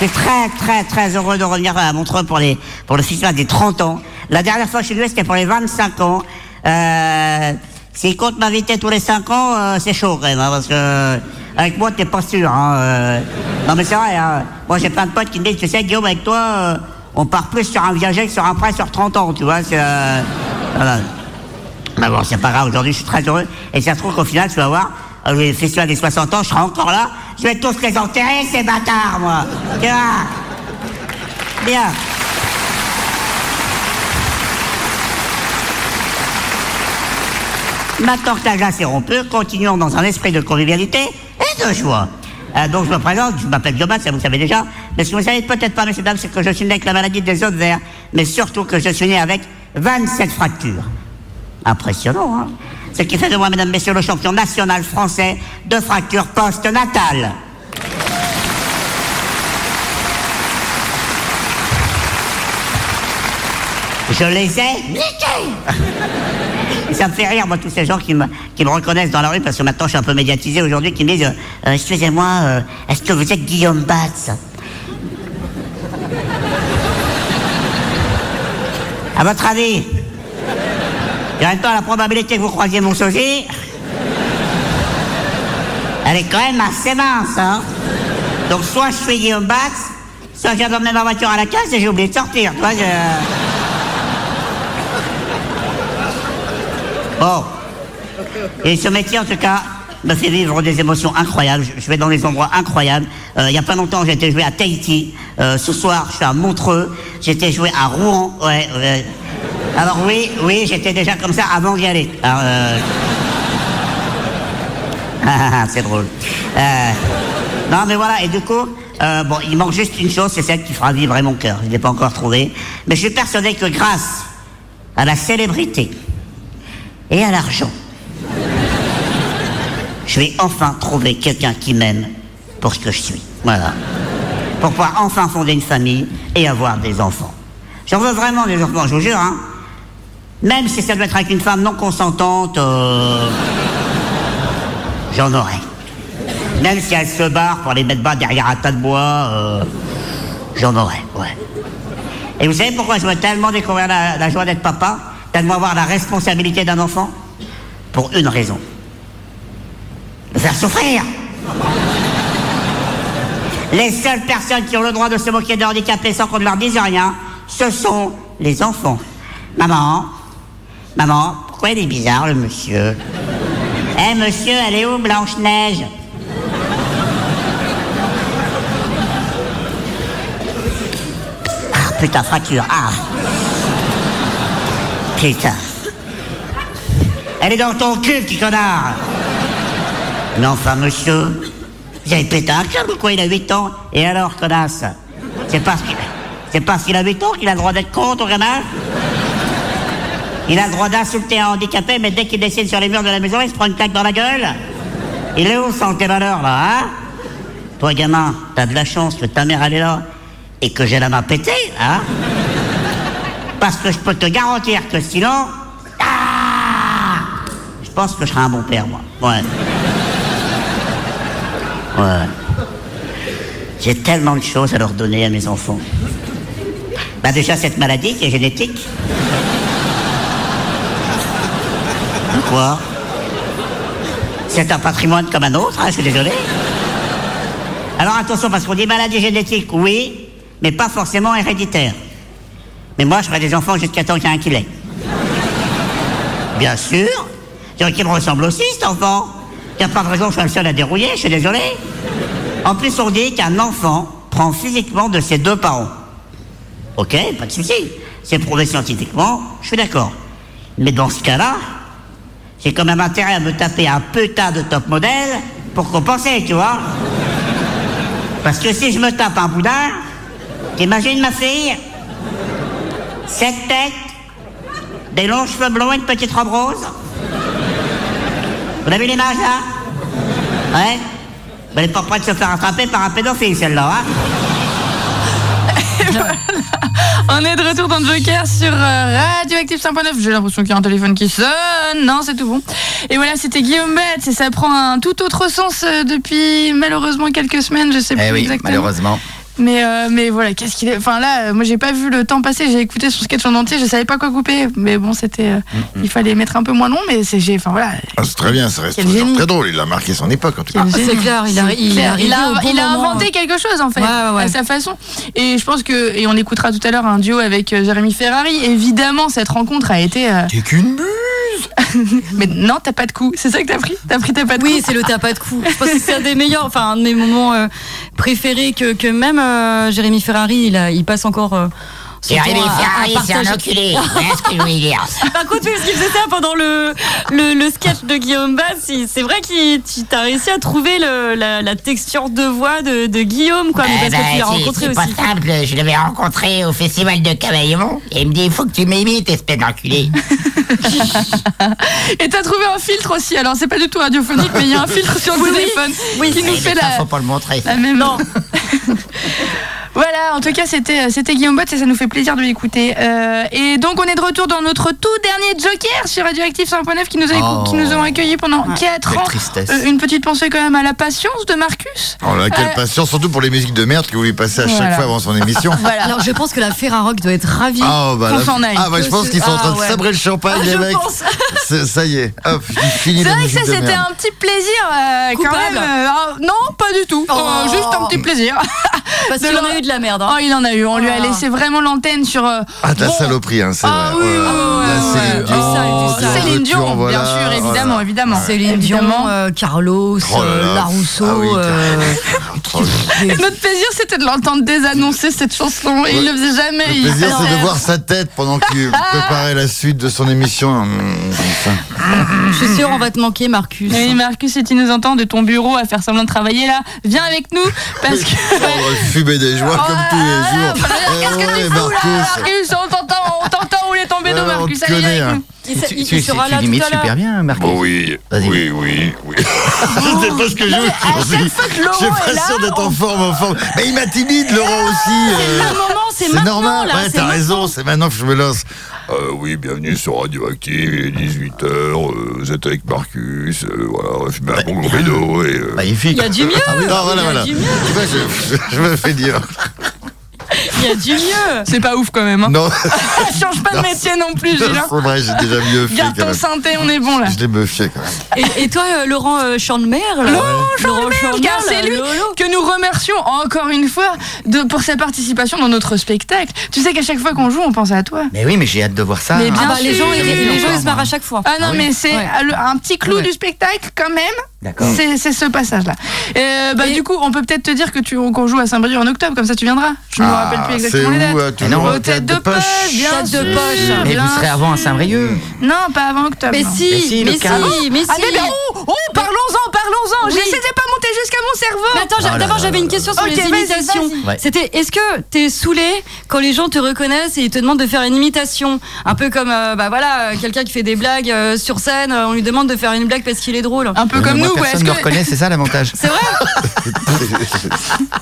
Speaker 6: Je suis très très très heureux de revenir euh, à Montreux pour, les, pour le festival des 30 ans. La dernière fois que je suis venu, c'était pour les 25 ans. Euh, S'ils comptent m'inviter tous les 5 ans, euh, c'est chaud quand même, hein, parce que avec moi, t'es pas sûr. hein, euh. Non mais c'est vrai, hein. moi j'ai plein de potes qui me disent, tu sais Guillaume, avec toi, euh, on part plus sur un viager que sur un prêt sur 30 ans, tu vois. c'est, euh, voilà. Mais Bah bon, c'est pas grave, aujourd'hui je suis très heureux. Et ça se trouve qu'au final, tu vas voir, euh, le festival des 60 ans, je serai encore là. Je vais tous les enterrer, ces bâtards, moi. Tu vois Bien. Maintenant que la glace est rompue, continuons dans un esprit de convivialité et de joie. Euh, donc je me présente, je m'appelle Thomas, ça vous savez déjà. Mais ce que vous savez peut-être pas, messieurs, dames, c'est que je suis né avec la maladie des os verts, mais surtout que je suis né avec 27 fractures. Impressionnant, hein Ce qui fait de moi, mesdames, messieurs, le champion national français de fracture post-natale. Je les ai niqués [laughs] Ça me fait rire, moi, tous ces gens qui me, qui me reconnaissent dans la rue, parce que maintenant je suis un peu médiatisé aujourd'hui, qui me disent euh, euh, Excusez-moi, euh, est-ce que vous êtes Guillaume Batz À votre avis Et en même temps, la probabilité que vous croisiez mon sosie, elle est quand même assez mince, hein Donc soit je suis Guillaume Batz, soit j'ai abandonné ma voiture à la caisse et j'ai oublié de sortir, tu vois, je- Bon. Et ce métier, en tout cas, me fait vivre des émotions incroyables. Je, je vais dans des endroits incroyables. Euh, il y a pas longtemps, j'ai été jouer à Tahiti. Euh, ce soir, je suis à Montreux. J'étais joué à Rouen. Ouais, ouais. Alors oui, oui, j'étais déjà comme ça avant d'y aller. Alors, euh, [laughs] ah, ah, c'est drôle. Euh, non, mais voilà, et du coup, euh, bon, il manque juste une chose, c'est celle qui fera vibrer mon cœur. Je ne l'ai pas encore trouvée. Mais je suis persuadé que grâce à la célébrité et à l'argent, je vais enfin trouver quelqu'un qui m'aime pour ce que je suis. Voilà. Pour pouvoir enfin fonder une famille et avoir des enfants. J'en veux vraiment des enfants, je vous jure, hein. Même si ça doit être avec une femme non consentante, euh, j'en aurai. Même si elle se barre pour les mettre bas derrière un tas de bois, euh, j'en aurai, ouais. Et vous savez pourquoi je veux tellement découvrir la, la joie d'être papa, tellement avoir la responsabilité d'un enfant Pour une raison. Le faire souffrir Les seules personnes qui ont le droit de se moquer de handicapés sans qu'on ne leur dise rien, ce sont les enfants. Maman, maman, pourquoi il est bizarre le monsieur Eh monsieur, elle est où Blanche-Neige Ah putain, fracture, ah Putain Elle est dans ton cul, petit connard mais enfin, monsieur, vous avez pété un câble ou quoi hein, Il a 8 ans. Et alors, connasse C'est parce qu'il c'est parce qu'il a 8 ans qu'il a le droit d'être con, ton gamin Il a le droit d'insulter un handicapé, mais dès qu'il décide sur les murs de la maison, il se prend une claque dans la gueule. Il est où, sans tes valeurs, là, hein Toi, gamin, t'as de la chance que ta mère, elle est là, et que j'ai la main pétée, hein Parce que je peux te garantir que sinon... Ah je pense que je serai un bon père, moi. Ouais. Ouais. J'ai tellement de choses à leur donner à mes enfants. Bah déjà cette maladie qui est génétique. Quoi C'est un patrimoine comme un autre, hein, je suis désolé. Alors attention, parce qu'on dit maladie génétique, oui, mais pas forcément héréditaire. Mais moi, j'aurais des enfants jusqu'à temps qu'il y en ait un qui l'ait. Bien sûr. Genre qui me ressemble aussi, cet enfant. Il n'y a pas de raison que je sois le seul à dérouiller, je suis désolé. En plus, on dit qu'un enfant prend physiquement de ses deux parents. Ok, pas de souci. C'est prouvé scientifiquement, je suis d'accord. Mais dans ce cas-là, j'ai quand même intérêt à me taper un putain de top modèle pour compenser, tu vois. Parce que si je me tape un boudin, t'imagines ma fille Sept têtes, des longs cheveux blonds et une petite robe rose vous avez l'image là Ouais Vous n'êtes Ben, pas prêt de se faire attraper par un pédophile celle-là, hein
Speaker 1: On est de retour dans Joker sur euh, Radioactive 5.9. J'ai l'impression qu'il y a un téléphone qui sonne. Non, c'est tout bon. Et voilà, c'était Guillaume Metz et ça prend un tout autre sens euh, depuis malheureusement quelques semaines, je sais
Speaker 3: Eh
Speaker 1: plus
Speaker 3: oui,
Speaker 1: exactement.
Speaker 3: malheureusement.
Speaker 1: Mais, euh, mais voilà, qu'est-ce qu'il est. Enfin là, euh, moi j'ai pas vu le temps passer, j'ai écouté son sketch en entier, je savais pas quoi couper. Mais bon, c'était. euh,
Speaker 3: Mm,
Speaker 1: Il fallait mettre un peu moins long, mais c'est. j'ai- Enfin voilà.
Speaker 3: Ah, c'est très bien, ça reste
Speaker 1: Quel
Speaker 3: toujours
Speaker 1: génie.
Speaker 3: très drôle. Il a marqué son époque, en tout cas.
Speaker 1: quel
Speaker 7: Ah, c'est
Speaker 1: génie.
Speaker 7: clair, il a-
Speaker 1: C'est
Speaker 7: il est
Speaker 1: clair.
Speaker 7: arrivé
Speaker 1: Il a-
Speaker 7: au bon
Speaker 1: il a
Speaker 7: moment. hein.
Speaker 1: inventé quelque chose en fait,
Speaker 7: Ouais, ouais, ouais.
Speaker 1: à sa façon. Et je pense que. Et on écoutera tout à l'heure un duo avec euh, Jérémy Ferrari. Évidemment, cette rencontre a été. euh,
Speaker 8: T'es qu'une buse
Speaker 1: [laughs] Mais non, t'as pas de coup. C'est ça que t'as pris T'as pris t'as pas de
Speaker 7: Oui,
Speaker 1: coup
Speaker 7: c'est le tapas de cou. Je pense que c'est un des meilleurs, enfin un de mes moments euh, préférés que, que même euh, Jérémy Ferrari, il, a- il passe encore. euh, son temps
Speaker 6: Jérémy
Speaker 7: à- à- à
Speaker 6: Ferrari, c'est un
Speaker 7: partager.
Speaker 6: enculé,
Speaker 2: [laughs]
Speaker 6: voilà ce que je voulais dire.
Speaker 7: Par contre, parce qu'il faisait ça pendant le, le, le sketch de Guillaume Bass, il- c'est vrai que tu as réussi à trouver le- la, la texture de voix de, de Guillaume, quoi, mais
Speaker 3: Eh
Speaker 7: parce
Speaker 6: Euh,
Speaker 3: ben,
Speaker 7: que tu l'as
Speaker 6: bah, c'est-
Speaker 7: rencontré
Speaker 6: c'est pas
Speaker 7: aussi.
Speaker 6: simple, je l'avais rencontré au festival de Cavaillon, et il me dit, il faut que tu m'imites, espèce d'enculé.
Speaker 1: Et t'as trouvé un filtre aussi. Alors, c'est pas du tout radiophonique, mais il y
Speaker 7: [laughs]
Speaker 4: Eh,
Speaker 1: a un filtre sur le téléphone qui nous
Speaker 6: Mais
Speaker 1: fait
Speaker 6: ça,
Speaker 1: la,
Speaker 6: faut pas le montrer. ça.
Speaker 1: la même. Non. [laughs] Voilà, en tout cas, c'était euh, c'était Guillaume Bott et ça nous fait plaisir de l'écouter. Euh, et donc, on est de retour dans notre tout dernier Joker sur Radioactive 5.9 qui, nous a écou-
Speaker 4: Oh.
Speaker 1: qui nous ont accueillis pendant 4
Speaker 4: Quelle
Speaker 1: ans.
Speaker 4: tristesse.
Speaker 1: Euh, une petite pensée quand même à la patience de Marcus. Euh,
Speaker 3: Oh là, quelle patience, surtout pour les musiques de merde que vous lui passez à chaque
Speaker 1: Voilà.
Speaker 3: fois avant son
Speaker 1: [laughs]
Speaker 3: émission.
Speaker 2: Alors je pense que la Ferrarock doit être ravie.
Speaker 3: Ah, bah,
Speaker 1: Qu'on
Speaker 3: là-
Speaker 1: s'en aille.
Speaker 3: ah, bah, je pense qu'ils sont en train de
Speaker 2: Ah, ouais.
Speaker 3: sabrer le champagne, les
Speaker 2: je
Speaker 3: mecs.
Speaker 2: pense.
Speaker 3: [laughs] C'est- Ça y est, hop,
Speaker 1: C'est
Speaker 3: fini la
Speaker 1: vrai que
Speaker 3: musique
Speaker 1: ça,
Speaker 3: de
Speaker 1: c'était
Speaker 3: merde.
Speaker 1: un petit plaisir euh, quand
Speaker 2: Coupable.
Speaker 1: même. euh, ah, non, pas du tout. Euh,
Speaker 2: Oh.
Speaker 1: juste un petit plaisir. [laughs]
Speaker 2: Parce
Speaker 1: de
Speaker 2: qu'il en
Speaker 1: leur-
Speaker 2: a eu de la merde.
Speaker 1: Oh,
Speaker 2: hein.
Speaker 1: il en a eu. On lui a
Speaker 2: Ah.
Speaker 1: laissé vraiment l'antenne sur. euh,
Speaker 3: Ah, de la
Speaker 1: bon,
Speaker 3: saloperie, hein, c'est
Speaker 1: Ah
Speaker 3: vrai.
Speaker 1: oui,
Speaker 3: Oh là
Speaker 1: oui,
Speaker 3: là,
Speaker 1: oui,
Speaker 3: Céline
Speaker 1: oui.
Speaker 3: Dion, euh,
Speaker 2: Oh,
Speaker 3: le
Speaker 1: Céline Dion,
Speaker 3: retour, voilà.
Speaker 1: bien sûr,
Speaker 3: Oh là
Speaker 1: évidemment,
Speaker 3: là.
Speaker 1: évidemment.
Speaker 2: Céline
Speaker 1: Évidemment.
Speaker 2: Dion, euh, Carlos,
Speaker 3: Oh là là.
Speaker 2: euh, Larousseau.
Speaker 3: Ah oui,
Speaker 2: euh,
Speaker 3: Oh, [laughs] le
Speaker 1: Et Notre plaisir, c'était de l'entendre désannoncer cette chanson. Et il le faisait jamais. Il-
Speaker 3: plaisir, c'est de
Speaker 1: Alors, euh, Ah.
Speaker 3: voir sa tête
Speaker 1: [laughs]
Speaker 3: pendant qu'il préparait la suite de son émission. Hum, comme ça.
Speaker 2: Je suis sûre, on va te manquer, Marcus.
Speaker 1: Oui, Marcus, si tu nous entends de ton bureau à faire semblant de travailler là, viens avec nous parce
Speaker 3: [laughs]
Speaker 1: que.
Speaker 3: Prendre le fumet des joies comme tous les
Speaker 1: Ah,
Speaker 3: jours.
Speaker 1: voilà, Qu'est-ce que
Speaker 3: Eh
Speaker 1: tu
Speaker 3: ouais,
Speaker 1: fous là,
Speaker 3: Marcus.
Speaker 1: Marcus On t'entend, on t'entend où il est tombé d'eau,
Speaker 3: Ouais, on
Speaker 1: Marcus.
Speaker 3: te
Speaker 1: Allez, viens
Speaker 3: connaît,
Speaker 1: avec
Speaker 3: hein.
Speaker 1: nous.
Speaker 2: Il,
Speaker 4: Tu, tu, tu l'imites super
Speaker 3: [laughs]
Speaker 4: bien, Marcus.
Speaker 3: Bon, Bah oui,
Speaker 4: Vas-y.
Speaker 3: oui, oui, oui. C'était pas ce que je
Speaker 1: Non, mais à chaque fois que
Speaker 3: Je suis
Speaker 1: Laurent est là,
Speaker 3: pas sûr Euh, d'être
Speaker 1: on-
Speaker 3: en forme, en forme. Mais il m'intimide, Laurent aussi. euh,
Speaker 2: le moment, c'est
Speaker 3: C'est
Speaker 2: maintenant,
Speaker 3: normal,
Speaker 2: là,
Speaker 3: ouais,
Speaker 2: c'est
Speaker 3: t'as
Speaker 2: maintenant.
Speaker 3: raison, c'est maintenant que je me lance. Euh, oui, bienvenue sur Radioactive, il est 18h, vous êtes avec Marcus, euh, voilà, je mets un bon gros rideau et... [laughs] euh,
Speaker 4: Magnifique.
Speaker 2: Il y a du mieux.
Speaker 3: Ah oui, non, voilà,
Speaker 2: il y a
Speaker 3: voilà.
Speaker 2: du mieux.
Speaker 3: Tu vois, je, je me fais dire.
Speaker 2: Il y a du mieux.
Speaker 1: C'est pas ouf quand même. Hein.
Speaker 2: [laughs]
Speaker 3: Non,
Speaker 1: Change pas de métier non plus, Gilles. hein.
Speaker 3: c'est vrai, j'ai déjà mieux fait
Speaker 1: Garde
Speaker 3: quand
Speaker 1: ton
Speaker 3: même.
Speaker 1: synthé, on est
Speaker 3: [laughs]
Speaker 1: bon là.
Speaker 3: Je l'ai meufié quand même.
Speaker 2: Et, et toi, euh, Laurent euh, Chandler là, Laurent Chandler,
Speaker 1: Car
Speaker 2: là,
Speaker 1: c'est lui
Speaker 2: Lolo.
Speaker 1: que nous remercions encore une fois de, pour sa participation dans notre spectacle. Tu sais qu'à chaque fois qu'on joue, on pense à toi.
Speaker 4: Mais oui, mais j'ai hâte de voir ça.
Speaker 1: Mais
Speaker 4: hein.
Speaker 2: Ah bah, les
Speaker 1: sûr.
Speaker 2: gens, ils, les gens, ils se marrent
Speaker 4: Moi.
Speaker 2: à chaque fois.
Speaker 1: Ah non,
Speaker 4: Ah oui.
Speaker 1: mais c'est
Speaker 2: Ouais.
Speaker 1: le- un petit clou
Speaker 2: Ouais.
Speaker 1: du spectacle quand même.
Speaker 4: D'accord.
Speaker 1: C'est c'est ce passage-là. Euh, bah,
Speaker 2: Et-
Speaker 1: Du coup, on peut peut-être te dire que tu qu'on joue à Saint-Brieuc en octobre, comme ça tu viendras. Je ne
Speaker 4: Ah,
Speaker 1: me rappelle plus exactement les
Speaker 3: C'est où,
Speaker 1: dates.
Speaker 3: euh,
Speaker 4: Mais non,
Speaker 3: toujours
Speaker 1: Aux têtes de poche, bien
Speaker 2: Tête de
Speaker 1: sûr,
Speaker 2: poche.
Speaker 4: Ah, Mais
Speaker 1: bien
Speaker 4: vous serez
Speaker 1: sûr.
Speaker 4: avant à Saint-Brieuc.
Speaker 1: Non, pas avant octobre.
Speaker 2: Mais
Speaker 1: non.
Speaker 2: si,
Speaker 4: Mais si, le
Speaker 2: mais si,
Speaker 4: carré.
Speaker 2: mais si.
Speaker 1: Ah, mais, ben, oh, oh, parlons-en, parlons-en.
Speaker 2: Oui.
Speaker 1: J'essaie de pas monter jusqu'à mon cerveau.
Speaker 2: Mais attends, j'ai-
Speaker 4: Ah là
Speaker 2: d'abord
Speaker 4: là
Speaker 2: j'avais
Speaker 4: là
Speaker 2: une question sur
Speaker 1: Ok,
Speaker 2: les
Speaker 1: vas-y,
Speaker 2: imitations.
Speaker 1: vas-y.
Speaker 4: Ouais.
Speaker 2: C'était est-ce que t'es saoulé quand les gens te reconnaissent et ils te demandent de faire une imitation Un peu comme euh, bah voilà, euh, quelqu'un qui fait des blagues euh, sur scène, euh, on lui demande de faire une blague parce qu'il est drôle.
Speaker 1: Un peu
Speaker 4: Mais
Speaker 1: comme
Speaker 4: moi,
Speaker 1: nous, ouais,
Speaker 4: personne
Speaker 1: est-ce
Speaker 4: ne me
Speaker 1: que-
Speaker 2: [laughs]
Speaker 4: reconnaît, c'est ça l'avantage.
Speaker 2: C'est vrai
Speaker 4: [laughs]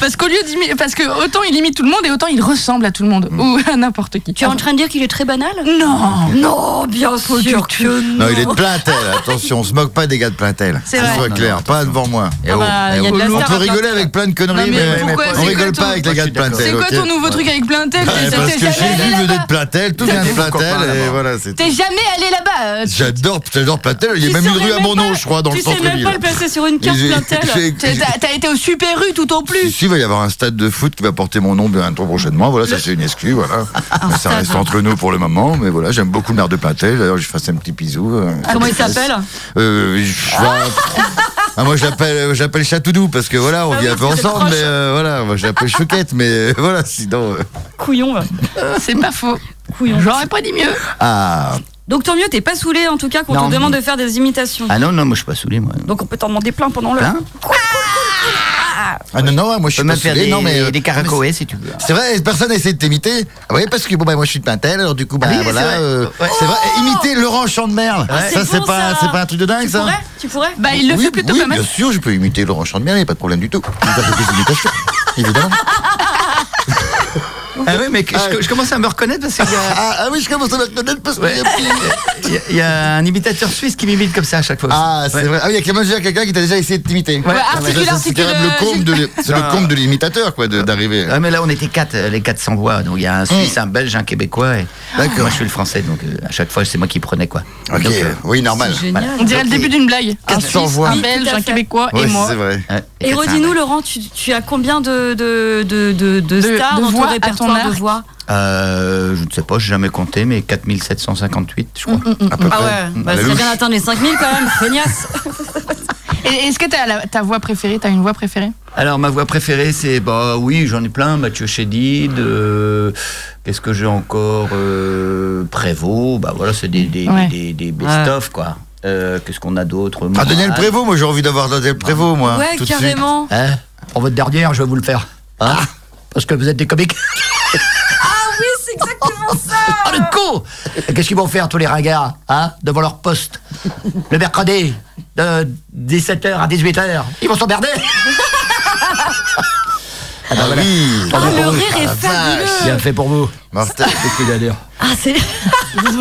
Speaker 1: parce qu'au lieu d'imi- parce que autant il imite tout le monde et autant il ressemble à tout le
Speaker 3: Mm.
Speaker 1: monde ou à n'importe qui.
Speaker 2: Tu es en train de dire qu'il est très banal
Speaker 1: Non,
Speaker 2: Non, Oh, bien sûr que
Speaker 3: Non, il est de Plaintel, attention, on se moque pas des gars de Plaintel.
Speaker 1: C'est
Speaker 3: Que ce
Speaker 1: vrai.
Speaker 3: soit
Speaker 4: Non,
Speaker 3: clair,
Speaker 4: non,
Speaker 3: pas devant moi.
Speaker 4: Eh
Speaker 1: Ah
Speaker 4: oh,
Speaker 2: bah,
Speaker 4: eh
Speaker 2: il y a
Speaker 4: oh.
Speaker 2: de la
Speaker 3: On
Speaker 2: star
Speaker 3: peut
Speaker 2: à
Speaker 3: rigoler
Speaker 2: Plaintel.
Speaker 3: avec plein de
Speaker 1: Non,
Speaker 3: conneries,
Speaker 1: mais
Speaker 3: mais,
Speaker 1: pourquoi-
Speaker 3: mais
Speaker 1: c'est
Speaker 3: on
Speaker 1: quoi
Speaker 3: rigole
Speaker 1: ton-
Speaker 3: pas avec les
Speaker 4: Moi, je
Speaker 3: gars de
Speaker 4: suis d'accord.
Speaker 1: c'est
Speaker 3: Plaintel.
Speaker 1: quoi
Speaker 3: ok
Speaker 1: ton nouveau truc avec plein de têtes
Speaker 3: Eh, Parce que j'ai vu venir de Platel, tout vient de
Speaker 4: T'es mon copain,
Speaker 3: Platel, et
Speaker 4: là-bas.
Speaker 3: voilà, c'est
Speaker 1: T'es jamais allé là-bas. euh, tu-
Speaker 3: J'adore, j'adore Platel, il y a même une rue à mon nom, je crois, dans le
Speaker 2: Tu sais même
Speaker 3: centre-ville.
Speaker 2: pas le placer sur une carte
Speaker 3: J'ai-
Speaker 2: Plaintel.
Speaker 3: j'ai-
Speaker 1: euh. t'es- T'as t'as été au Super U tout au
Speaker 3: Si,
Speaker 1: plus.
Speaker 3: si, il va y avoir un stade de foot qui va porter mon nom bientôt prochainement. Voilà, ça c'est une exclue, voilà. ça reste entre nous pour le moment, mais voilà, j'aime beaucoup le maire de Platel. D'ailleurs, je fasse un petit bisou. euh,
Speaker 2: Ah, Comment il
Speaker 3: ça me
Speaker 2: s'appelle
Speaker 3: fasse. Euh, je- Ah, moi, je l'appelle, je l'appelle Chatoudou parce que voilà, on
Speaker 2: Ah
Speaker 3: vit
Speaker 2: oui,
Speaker 3: un peu
Speaker 2: parce que c'est
Speaker 3: ensemble,
Speaker 2: proche.
Speaker 3: mais euh, voilà, moi, je l'appelle Chouquette, mais euh, voilà, sinon. euh,
Speaker 2: Couillon. va.
Speaker 1: [laughs] C'est pas faux.
Speaker 2: Couillon.
Speaker 1: J'aurais pas dit mieux.
Speaker 3: Ah,
Speaker 2: Donc tant mieux, t'es pas saoulé en tout cas quand
Speaker 4: Non.
Speaker 2: on te demande de faire des imitations.
Speaker 4: Ah non, non, moi je suis pas saoulé, moi.
Speaker 2: Donc on peut t'en demander plein pendant le.
Speaker 4: Plein
Speaker 3: ah non, non, moi, je
Speaker 4: Tu peux
Speaker 3: suis pas
Speaker 4: même faire
Speaker 3: saoulé,
Speaker 4: des,
Speaker 3: non, mais. euh,
Speaker 4: des caracoés si tu veux.
Speaker 3: C'est vrai, personne n'essaie de t'imiter. Ah oui, parce que bon, bah, moi je suis de Pintel, alors du coup, bah,
Speaker 4: Ah oui,
Speaker 3: voilà.
Speaker 4: c'est vrai. Oh
Speaker 3: euh, C'est vrai. Et imiter Laurent Chandemerle,
Speaker 4: Ah, c'est
Speaker 3: ça, c'est
Speaker 2: bon,
Speaker 3: pas,
Speaker 2: ça.
Speaker 3: c'est pas un truc de dingue,
Speaker 2: Tu
Speaker 3: ça
Speaker 2: pourrais Tu pourrais
Speaker 1: Bah, il le
Speaker 3: oui,
Speaker 1: fait plutôt
Speaker 3: oui,
Speaker 1: pas mal.
Speaker 3: bien sûr, je peux imiter Laurent Chandemerle, il n'y a pas de problème du tout. Je vais faire des imitations, [laughs] évidemment.
Speaker 4: Ah oui, mais que- je, je commence à me reconnaître parce qu'il y a-
Speaker 3: Ah, ah oui, je commence à me reconnaître parce que.
Speaker 4: Ouais. il y, a- il y a un imitateur suisse qui m'imite comme ça à chaque fois.
Speaker 3: Ah, c'est
Speaker 4: Ouais.
Speaker 3: vrai. Ah oui, il y a quand même déjà quelqu'un qui t'a déjà essayé de t'imiter.
Speaker 4: Ouais,
Speaker 3: Ah, mais
Speaker 1: articule,
Speaker 3: ça, c'est
Speaker 1: articule,
Speaker 3: quand même le comble de l'é- c'est le
Speaker 4: Ah.
Speaker 3: comble de l'imitateur, quoi, de- d'arriver.
Speaker 4: Ah, mais là on était quatre, euh, les quatre sans voix. Donc il y a un Suisse, un Belge, un Québécois. Et...
Speaker 3: Mm. D'accord.
Speaker 4: Moi je suis le Français, donc euh, à chaque fois c'est moi qui prenais quoi.
Speaker 3: Ok,
Speaker 4: Donc, euh,
Speaker 3: oui, normal.
Speaker 2: C'est génial.
Speaker 1: On dirait
Speaker 3: Ok.
Speaker 1: le début d'une blague. Un
Speaker 3: 400
Speaker 1: Suisse,
Speaker 3: voix.
Speaker 1: un
Speaker 3: Oui,
Speaker 1: Belge,
Speaker 2: tout à
Speaker 1: un
Speaker 2: fait.
Speaker 1: Québécois et
Speaker 3: Ouais,
Speaker 1: moi.
Speaker 3: c'est vrai.
Speaker 4: ouais,
Speaker 2: Et
Speaker 4: quatre,
Speaker 2: redis-nous,
Speaker 4: un-
Speaker 2: Laurent, tu, tu as combien de, de, de, de, de
Speaker 1: De-
Speaker 2: stars
Speaker 1: de
Speaker 2: dans
Speaker 1: voix
Speaker 2: ton
Speaker 1: à ton
Speaker 2: répertoire
Speaker 1: arc.
Speaker 2: de voix
Speaker 4: Euh, je ne sais pas, j'ai jamais compté, mais 4758, je
Speaker 1: Mm,
Speaker 4: crois.
Speaker 3: À peu
Speaker 2: Ah
Speaker 3: près.
Speaker 2: ouais, bah,
Speaker 3: Mm. La
Speaker 2: ça serait
Speaker 3: louche.
Speaker 2: bien d'atteindre les 5000 quand même, cognasse
Speaker 1: [laughs] Et Est-ce que t'as la- ta voix préférée T'as une voix préférée
Speaker 4: Alors ma voix préférée, c'est bah oui, j'en ai plein. Mathieu Chédid. euh, Qu'est-ce que j'ai encore euh, Prévost. Bah voilà, c'est des, des,
Speaker 1: Ouais.
Speaker 4: des, des best-of quoi. Euh, Qu'est-ce qu'on a d'autre
Speaker 3: Ah, Daniel
Speaker 4: Morales.
Speaker 3: Prévost, moi j'ai envie d'avoir Daniel Prévost, moi.
Speaker 2: Ouais,
Speaker 3: tout de suite.
Speaker 2: carrément
Speaker 4: Hein en votre dernière, je vais vous le faire. Hein Parce que vous êtes des comiques.
Speaker 3: Ah
Speaker 2: Oui, c'est exactement ça
Speaker 4: Oh le con Et Qu'est-ce qu'ils vont faire tous les ringards hein, Devant leur poste Le mercredi, de 17h à 18h. Ils vont s'emmerder
Speaker 3: Ah oui.
Speaker 2: Ah, le
Speaker 3: Oh,
Speaker 2: rire est
Speaker 3: la
Speaker 2: fabuleux.
Speaker 3: vache.
Speaker 4: Bien fait pour vous.
Speaker 3: Martin,
Speaker 4: Qu'est-ce qu'il y a à dire
Speaker 2: Ah, c'est
Speaker 1: [laughs]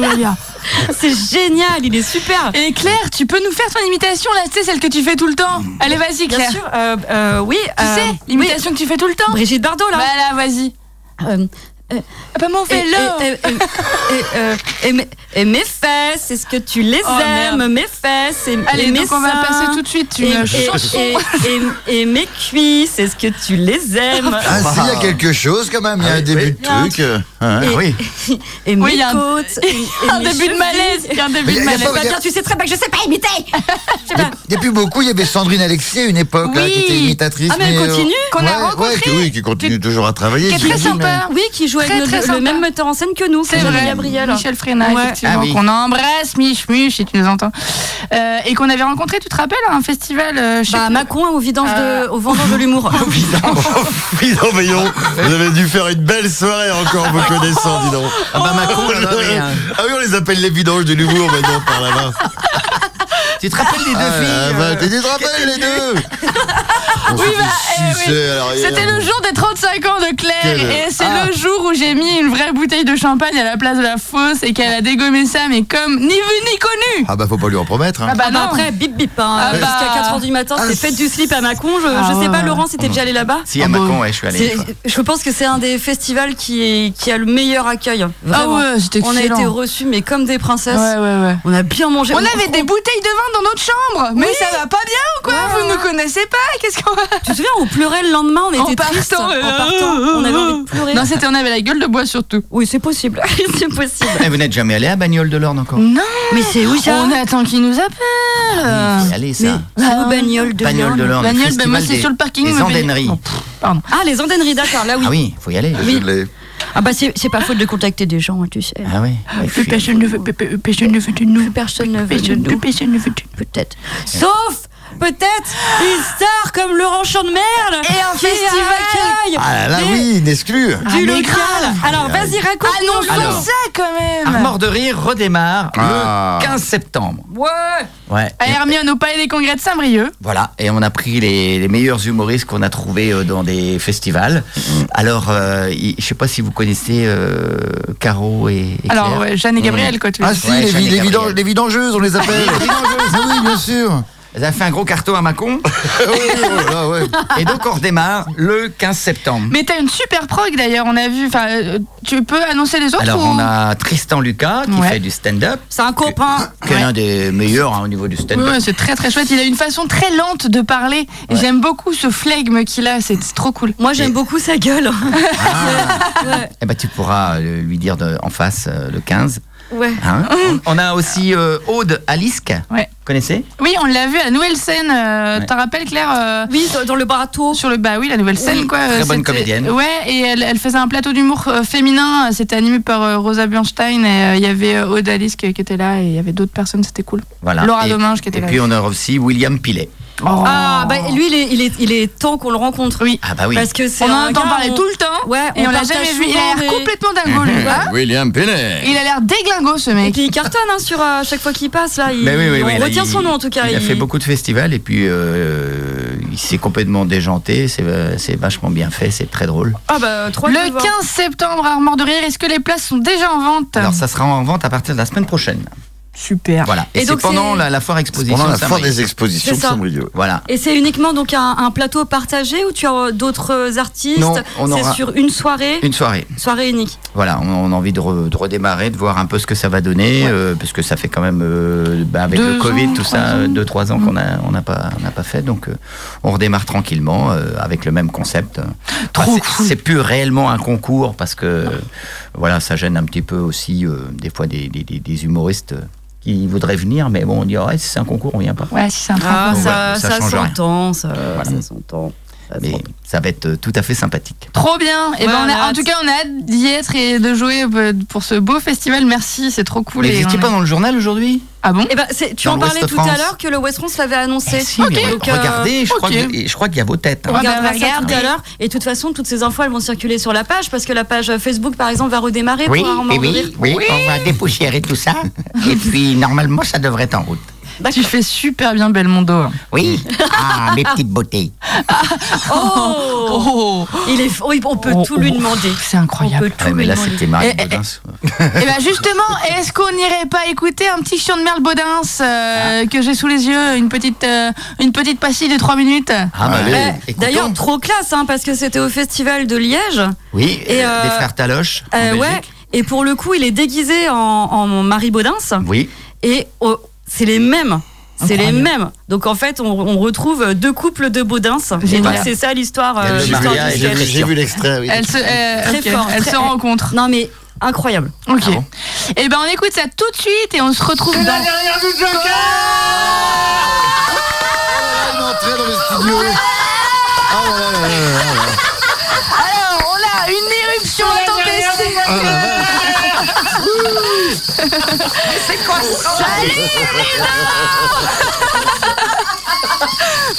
Speaker 2: c'est génial, il est super.
Speaker 1: Et Claire, tu peux nous faire ton imitation là, tu sais, celle que tu fais tout le temps. Allez, vas-y,
Speaker 2: Mm. Bien
Speaker 1: Claire.
Speaker 2: sûr, euh, euh, oui.
Speaker 1: Tu
Speaker 2: euh,
Speaker 1: sais, l'imitation que tu fais tout le temps.
Speaker 2: Brigitte Bardot, là.
Speaker 1: Bah là, vas-y.
Speaker 2: Euh,
Speaker 1: Ah, Pas mon vélo.
Speaker 2: Et, et- et- et- euh, et mes- et mes fesses, est-ce que tu les
Speaker 1: Oh,
Speaker 2: aimes
Speaker 1: merde.
Speaker 2: Mes fesses et, et
Speaker 1: Allez,
Speaker 2: mes
Speaker 1: donc on va
Speaker 2: seins.
Speaker 1: passer tout de suite
Speaker 2: et,
Speaker 1: une
Speaker 2: et-
Speaker 1: chanson.
Speaker 2: et- et- et mes cuisses, est-ce que tu les aimes
Speaker 3: Ah, si, il y a quelque chose quand même, il y a
Speaker 4: Ah
Speaker 3: un
Speaker 4: oui,
Speaker 3: début
Speaker 4: oui.
Speaker 3: de truc. euh, ouais.
Speaker 1: [laughs]
Speaker 2: Et-
Speaker 3: oui.
Speaker 2: [laughs] Et
Speaker 1: Oui, [laughs] il y
Speaker 2: mes
Speaker 1: a un-
Speaker 2: côtes et- et
Speaker 1: Un
Speaker 2: mes
Speaker 1: début de
Speaker 2: chevilles.
Speaker 1: malaise. Il y a un début de
Speaker 3: Mais y a- y a
Speaker 1: malaise.
Speaker 3: pas-
Speaker 2: Bah, tiens, tu sais très bien que je sais pas imiter
Speaker 3: Depuis beaucoup, il y avait Sandrine Alexis à une époque là, qui
Speaker 1: Oui.
Speaker 3: était imitatrice.
Speaker 2: Ah, mais elle
Speaker 3: euh,
Speaker 2: continue
Speaker 1: Qu'on a
Speaker 3: ouais, ouais,
Speaker 1: rencontrée.
Speaker 3: qui- oui, qui continue toujours à travailler.
Speaker 1: Qui est
Speaker 3: j'imagine,
Speaker 1: très
Speaker 3: [laughs]
Speaker 1: sympa.
Speaker 2: Oui, qui joue avec
Speaker 1: Très,
Speaker 2: le,
Speaker 1: très
Speaker 2: le
Speaker 1: sympa.
Speaker 2: même metteur en scène que nous,
Speaker 1: C'est vrai,
Speaker 2: Gabriel.
Speaker 1: Michel Frénat,
Speaker 2: Ouais.
Speaker 1: effectivement,
Speaker 4: Ah oui.
Speaker 1: qu'on embrasse, Mich, Mich, si tu nous entends. Euh, et qu'on avait rencontré, tu te rappelles, à un festival euh, je sais
Speaker 2: Bah,
Speaker 1: plus.
Speaker 2: Macon, hein, au vidange
Speaker 1: Euh,
Speaker 2: de, au vendange
Speaker 1: [laughs]
Speaker 2: de l'humour.
Speaker 3: Oh, mais- Dis donc, voyons, vous avez dû faire une belle soirée encore, vous connaissant, dis donc.
Speaker 4: Ah bah Macron, là, mais, euh,
Speaker 3: Ah oui, on les appelle les vidanges de l'humour maintenant par là-bas.
Speaker 4: Tu te rappelles des deux
Speaker 3: Ah,
Speaker 4: filles
Speaker 3: ah,
Speaker 4: euh,
Speaker 3: bah, T'es des rappels, les deux On se
Speaker 1: Oui,
Speaker 3: fait
Speaker 1: bah, eh,
Speaker 3: sucer
Speaker 1: oui.
Speaker 3: à l'arrière.
Speaker 1: C'était le jour des 35 ans de Claire
Speaker 3: Quelle
Speaker 1: et c'est
Speaker 4: hein. Ah.
Speaker 1: le jour où j'ai mis une vraie bouteille de champagne à la place de la fosse et qu'elle a dégommé ça mais comme ni vu ni connu.
Speaker 3: Ah bah faut pas lui en promettre. hein.
Speaker 1: Ah bah
Speaker 2: Ah bah
Speaker 1: non.
Speaker 2: après, bip bip, hein,
Speaker 1: Ah bah.
Speaker 2: jusqu'à 4h du matin, c'est fête du slip à Macon. Je,
Speaker 1: Ah
Speaker 2: je sais pas,
Speaker 1: ouais. Ah
Speaker 2: Laurent, si t'es déjà allé là-bas
Speaker 4: Ah. Si, à Macron, ouais, je suis allé.
Speaker 2: C'est-
Speaker 4: une fois.
Speaker 2: Je pense que c'est un des festivals qui, est- qui a le meilleur accueil.
Speaker 1: Ah
Speaker 2: Vraiment.
Speaker 1: ouais, c'était
Speaker 2: on a
Speaker 1: excellent.
Speaker 2: été reçus, mais comme des princesses.
Speaker 1: Ouais ouais ouais.
Speaker 2: On a bien mangé. Oh,
Speaker 1: On avait des bouteilles de vin dans notre chambre, mais ça va pas bien ou quoi Vous nous connaissez pas Qu'est-ce qu'on va
Speaker 2: Tu te souviens, on pleurait le lendemain, on était
Speaker 1: En
Speaker 2: tristes.
Speaker 1: partant, euh,
Speaker 2: en partant, on avait envie de pleurer.
Speaker 1: Non, c'était on avait la gueule de bois surtout.
Speaker 2: oui, c'est possible. [laughs] c'est possible.
Speaker 4: Eh, vous n'êtes jamais allé à Bagnole de l'Orne encore
Speaker 1: Non,
Speaker 2: Mais c'est où
Speaker 1: on attend qu'ils nous appellent.
Speaker 4: Oui, Allez, ça.
Speaker 2: C'est au bagnole de
Speaker 4: Bagnole de
Speaker 2: l'Orne.
Speaker 4: l'Orne. le
Speaker 1: Bagnole, ben moi
Speaker 4: festival
Speaker 1: c'est
Speaker 4: des-
Speaker 1: sur le parking.
Speaker 4: des
Speaker 1: mais-
Speaker 4: Andenneries.
Speaker 1: Oh, pff, Pardon.
Speaker 2: Ah, les andenneries, d'accord, là oui.
Speaker 4: Ah oui, faut y aller.
Speaker 3: Je l'ai.
Speaker 2: Ah bah c'est c'est pas faute de contacter des gens, hein, tu sais.
Speaker 4: Ah oui. ouais, je
Speaker 1: Plus
Speaker 4: suis-
Speaker 1: personne ne veut, personne ne veut de nous.
Speaker 2: Plus personne ne veut de
Speaker 1: Personne, plus
Speaker 2: nous,
Speaker 1: personne ne veut de nous.
Speaker 2: peut-être. Sauf peut-être une star comme Laurent Chandemerle
Speaker 1: Et un
Speaker 2: qui
Speaker 1: festival.
Speaker 2: accueille
Speaker 3: Ah là là,
Speaker 2: des-
Speaker 3: oui, une exclue.
Speaker 1: Ah, mais
Speaker 2: du local.
Speaker 1: grave.
Speaker 2: Alors vas-y, raconte.
Speaker 1: Annonçons
Speaker 4: Alors.
Speaker 1: ça quand même
Speaker 4: Armor de rire redémarre
Speaker 3: Ah.
Speaker 4: le 15 septembre.
Speaker 2: Ouais.
Speaker 4: Ouais.
Speaker 1: à Hermione au Palais des Congrès de Saint-Brieuc.
Speaker 4: Voilà, et on a pris les, les meilleurs humoristes qu'on a trouvés euh, dans des festivals.
Speaker 1: Mm.
Speaker 4: Alors, euh, il- je sais pas si vous connaissez euh, Caro et, et
Speaker 1: Alors,
Speaker 4: Claire. Mm.
Speaker 1: ouais, Jeanne et Gabriel, quoi, tu veux
Speaker 3: Ah
Speaker 1: dire.
Speaker 3: si,
Speaker 4: Ouais,
Speaker 3: les,
Speaker 4: Jeanne
Speaker 3: vi-
Speaker 4: et
Speaker 3: les
Speaker 4: Gabriel.
Speaker 3: vidanges, les vidangeuses, on
Speaker 7: [laughs]
Speaker 3: les
Speaker 4: [laughs]
Speaker 3: appelle. Les vidangeuses, ah oui, bien sûr.
Speaker 4: Elles avaient fait un gros carton à Macon.
Speaker 3: [laughs] Ah oui, oh là là, ouais.
Speaker 4: et donc, on redémarre le 15 septembre.
Speaker 1: Mais t'as une super prog d'ailleurs, on a vu. Enfin, euh, tu peux annoncer les autres
Speaker 4: Alors,
Speaker 1: ou-
Speaker 4: on a Tristan Lucas qui
Speaker 1: hein. Ouais.
Speaker 4: fait du stand-up,
Speaker 2: C'est un copain.
Speaker 4: qui est l'un des meilleurs hein, au niveau du
Speaker 1: Ouais,
Speaker 4: stand-up.
Speaker 1: ouais, c'est très très chouette. Il a une façon très lente de parler. Et J'aime beaucoup ce flegme qu'il a. C'est c'est trop cool.
Speaker 2: Moi j'aime beaucoup
Speaker 1: [laughs]
Speaker 2: sa gueule.
Speaker 4: Eh ben, tu pourras euh, lui dire de- en face euh, le 15.
Speaker 2: Ouais. [laughs]
Speaker 4: hein. on, on a aussi euh, Aude Alisque.
Speaker 1: Ouais.
Speaker 4: Connaissez
Speaker 1: Oui, on l'a vu à la nouvelle scène. euh,
Speaker 4: Ouais.
Speaker 1: T'en rappelles, Claire euh,
Speaker 2: Oui, dans- dans le barato.
Speaker 1: sur le bah oui la nouvelle scène quoi
Speaker 4: très
Speaker 1: euh,
Speaker 4: bonne
Speaker 1: c'était-
Speaker 4: comédienne.
Speaker 1: ouais et elle, elle faisait un plateau d'humour euh, féminin euh, c'était animé par euh, Rosa Bernstein et euh, il y avait euh, Odalis qui, qui était là et il y avait d'autres personnes c'était cool
Speaker 4: Voilà.
Speaker 1: Laura
Speaker 4: et,
Speaker 1: Domingue qui était
Speaker 4: Et
Speaker 1: là Oh.
Speaker 4: puis on a aussi William Pilet.
Speaker 2: Ah bah lui il est, il est, il est temps qu'on le rencontre.
Speaker 1: Oui.
Speaker 4: Ah bah oui.
Speaker 2: Parce que c'est
Speaker 1: on
Speaker 2: un
Speaker 1: en entend
Speaker 2: gars,
Speaker 1: parler
Speaker 2: on-
Speaker 1: tout le temps
Speaker 2: Ouais,
Speaker 1: et on l'a
Speaker 2: partage
Speaker 1: jamais vu il
Speaker 2: souvent
Speaker 1: a l'air
Speaker 2: des-
Speaker 1: complètement dingo
Speaker 2: [laughs]
Speaker 1: lui hein
Speaker 3: Mmh, William Penney.
Speaker 1: il a l'air déglingo ce
Speaker 2: Et
Speaker 1: mec
Speaker 2: puis il cartonne hein, sur euh, chaque fois qu'il passe là. Il,
Speaker 4: Mais Bah Ben oui, oui,
Speaker 2: on
Speaker 4: oui, là,
Speaker 2: retient
Speaker 4: il-
Speaker 2: son nom en tout cas.
Speaker 4: Il a fait beaucoup de festivals et puis euh, il s'est complètement déjanté. C'est euh, c'est vachement bien fait, c'est très drôle.
Speaker 2: Ah bah trois
Speaker 1: le 15 septembre à Mort de Rire est-ce que les places sont déjà en vente
Speaker 4: Alors ça sera en vente à partir de la semaine prochaine.
Speaker 1: super
Speaker 4: Voilà. Et,
Speaker 2: Et
Speaker 4: c'est
Speaker 2: donc,
Speaker 4: pendant
Speaker 2: c'est-
Speaker 4: la, la foire exposition.
Speaker 3: Pendant la
Speaker 4: de
Speaker 3: fin
Speaker 4: Saint-Brieuc.
Speaker 3: des expositions
Speaker 2: C'est
Speaker 3: de
Speaker 2: ça.
Speaker 3: Saint-Brieuc.
Speaker 4: Voilà.
Speaker 2: Et c'est uniquement donc un, un plateau partagé où tu as euh, d'autres artistes.
Speaker 4: Non, on aura-
Speaker 2: C'est sur une soirée,
Speaker 4: Une soirée.
Speaker 2: soirée unique.
Speaker 4: Voilà, on, on a envie de, re- de redémarrer, de voir un peu ce que ça va donner, euh, parce que ça fait quand même, euh, bah, avec
Speaker 1: Deux
Speaker 4: le Covid,
Speaker 1: ans,
Speaker 4: tout
Speaker 1: trois
Speaker 4: ça,
Speaker 1: ans. Mm.
Speaker 4: 2-3 ans qu'on n'a on n'a pas, on n'a pas fait. Donc, euh, on redémarre tranquillement euh, avec le même concept.
Speaker 1: Trop
Speaker 4: Enfin, c'est-
Speaker 1: cool.
Speaker 4: C'est plus réellement un concours, parce que euh, voilà, ça gêne un petit peu aussi, euh, des fois, des, des- des- des humoristes euh, qui voudraient venir, mais bon, on dit, ouais, si c'est un concours, on vient pas.
Speaker 1: ouais si c'est un
Speaker 2: Ah,
Speaker 4: Donc,
Speaker 2: ça,
Speaker 4: ouais, ça
Speaker 2: ça,
Speaker 4: change rien.
Speaker 2: s'entend, ça,
Speaker 4: Voilà.
Speaker 2: ça s'entend. ça
Speaker 4: Mais
Speaker 2: s'entend.
Speaker 4: ça va être euh, tout à fait sympathique.
Speaker 1: Trop bien. Et
Speaker 2: Ouais,
Speaker 1: ben on
Speaker 2: on a
Speaker 1: a, en
Speaker 2: hâte.
Speaker 1: tout cas, on a hâte d'y être et de jouer euh, pour ce beau festival. Merci, c'est trop cool.
Speaker 4: Vous
Speaker 1: et
Speaker 4: n'étiez
Speaker 1: on
Speaker 4: pas
Speaker 1: est-
Speaker 4: dans le journal aujourd'hui
Speaker 1: Ah bon
Speaker 2: Eh ben, c'est- tu
Speaker 4: Dans
Speaker 2: en parlais
Speaker 4: l'Ouest
Speaker 2: tout à
Speaker 4: France.
Speaker 2: l'heure que le West France l'avait annoncé.
Speaker 4: Eh si, mais re-
Speaker 2: Donc, euh,
Speaker 4: regardez, je, crois
Speaker 1: ok.
Speaker 4: que- et je crois qu'il y a vos têtes. hein.
Speaker 2: On
Speaker 1: Ouais, bah,
Speaker 2: regardera ça
Speaker 1: regarde.
Speaker 2: tout à l'heure. Et de toute façon, toutes ces infos, elles vont circuler sur la page parce que la page Facebook, par exemple, va redémarrer pour un moment de rire.
Speaker 4: oui, on va dépoussiérer tout ça. Et puis, normalement, ça devrait être en route.
Speaker 1: Tu fais super bien Belmondo. hein. [laughs]
Speaker 6: Oui. Ah, mes petites beautés.
Speaker 7: Oh,
Speaker 1: Oh,
Speaker 7: Il est, oh, on peut
Speaker 1: Oh,
Speaker 7: tout lui
Speaker 1: oh.
Speaker 7: demander.
Speaker 1: c'est
Speaker 7: On peut
Speaker 1: incroyable.
Speaker 7: tout
Speaker 4: Ouais, Ah, mais
Speaker 7: lui
Speaker 4: là,
Speaker 7: demander.
Speaker 4: c'était Marie
Speaker 1: Eh, eh,
Speaker 4: Gaudin.
Speaker 1: Et bien justement, est-ce qu'on n'irait pas écouter un petit chien de Merle Baudin euh,
Speaker 4: Ah.
Speaker 1: que j'ai sous les yeux, une petite, euh, une petite pastille de 3 minutes Euh,
Speaker 4: Ah, bah,
Speaker 3: Allez.
Speaker 4: allez,
Speaker 3: Eh,
Speaker 4: écoutons.
Speaker 2: D'ailleurs, trop classe, hein, parce que c'était au festival de Liège.
Speaker 4: Oui,
Speaker 2: et,
Speaker 4: euh,
Speaker 2: euh,
Speaker 4: des frères Taloche. en
Speaker 2: Euh,
Speaker 4: Belgique.
Speaker 2: ouais. Et pour le coup, il est déguisé en, en Marie Baudins.
Speaker 4: Oui,
Speaker 2: Et oh, c'est les mêmes. C'est les
Speaker 4: Incroyable.
Speaker 2: mêmes. Donc en fait, on, on retrouve deux couples de Baudins. Et donc
Speaker 1: Génial.
Speaker 2: c'est ça l'histoire. euh,
Speaker 4: Il y a le
Speaker 2: l'histoire
Speaker 4: Maria
Speaker 2: du
Speaker 4: et le
Speaker 2: sketch.
Speaker 4: Christian.
Speaker 3: J'ai vu
Speaker 2: Ah
Speaker 3: l'extrait, oui.
Speaker 1: Elle se, euh,
Speaker 2: Très
Speaker 1: ok,
Speaker 2: fort,
Speaker 1: elle
Speaker 2: très-
Speaker 1: se rencontre.
Speaker 2: Non mais incroyable.
Speaker 1: Ok. et ben on écoute ça tout de suite et on se retrouve dans.
Speaker 3: Une entrée
Speaker 1: Oh
Speaker 3: dans le studio. Ah là là là là là là.
Speaker 1: Alors on a une éruption intempestive.
Speaker 3: Ah
Speaker 1: Salut les gens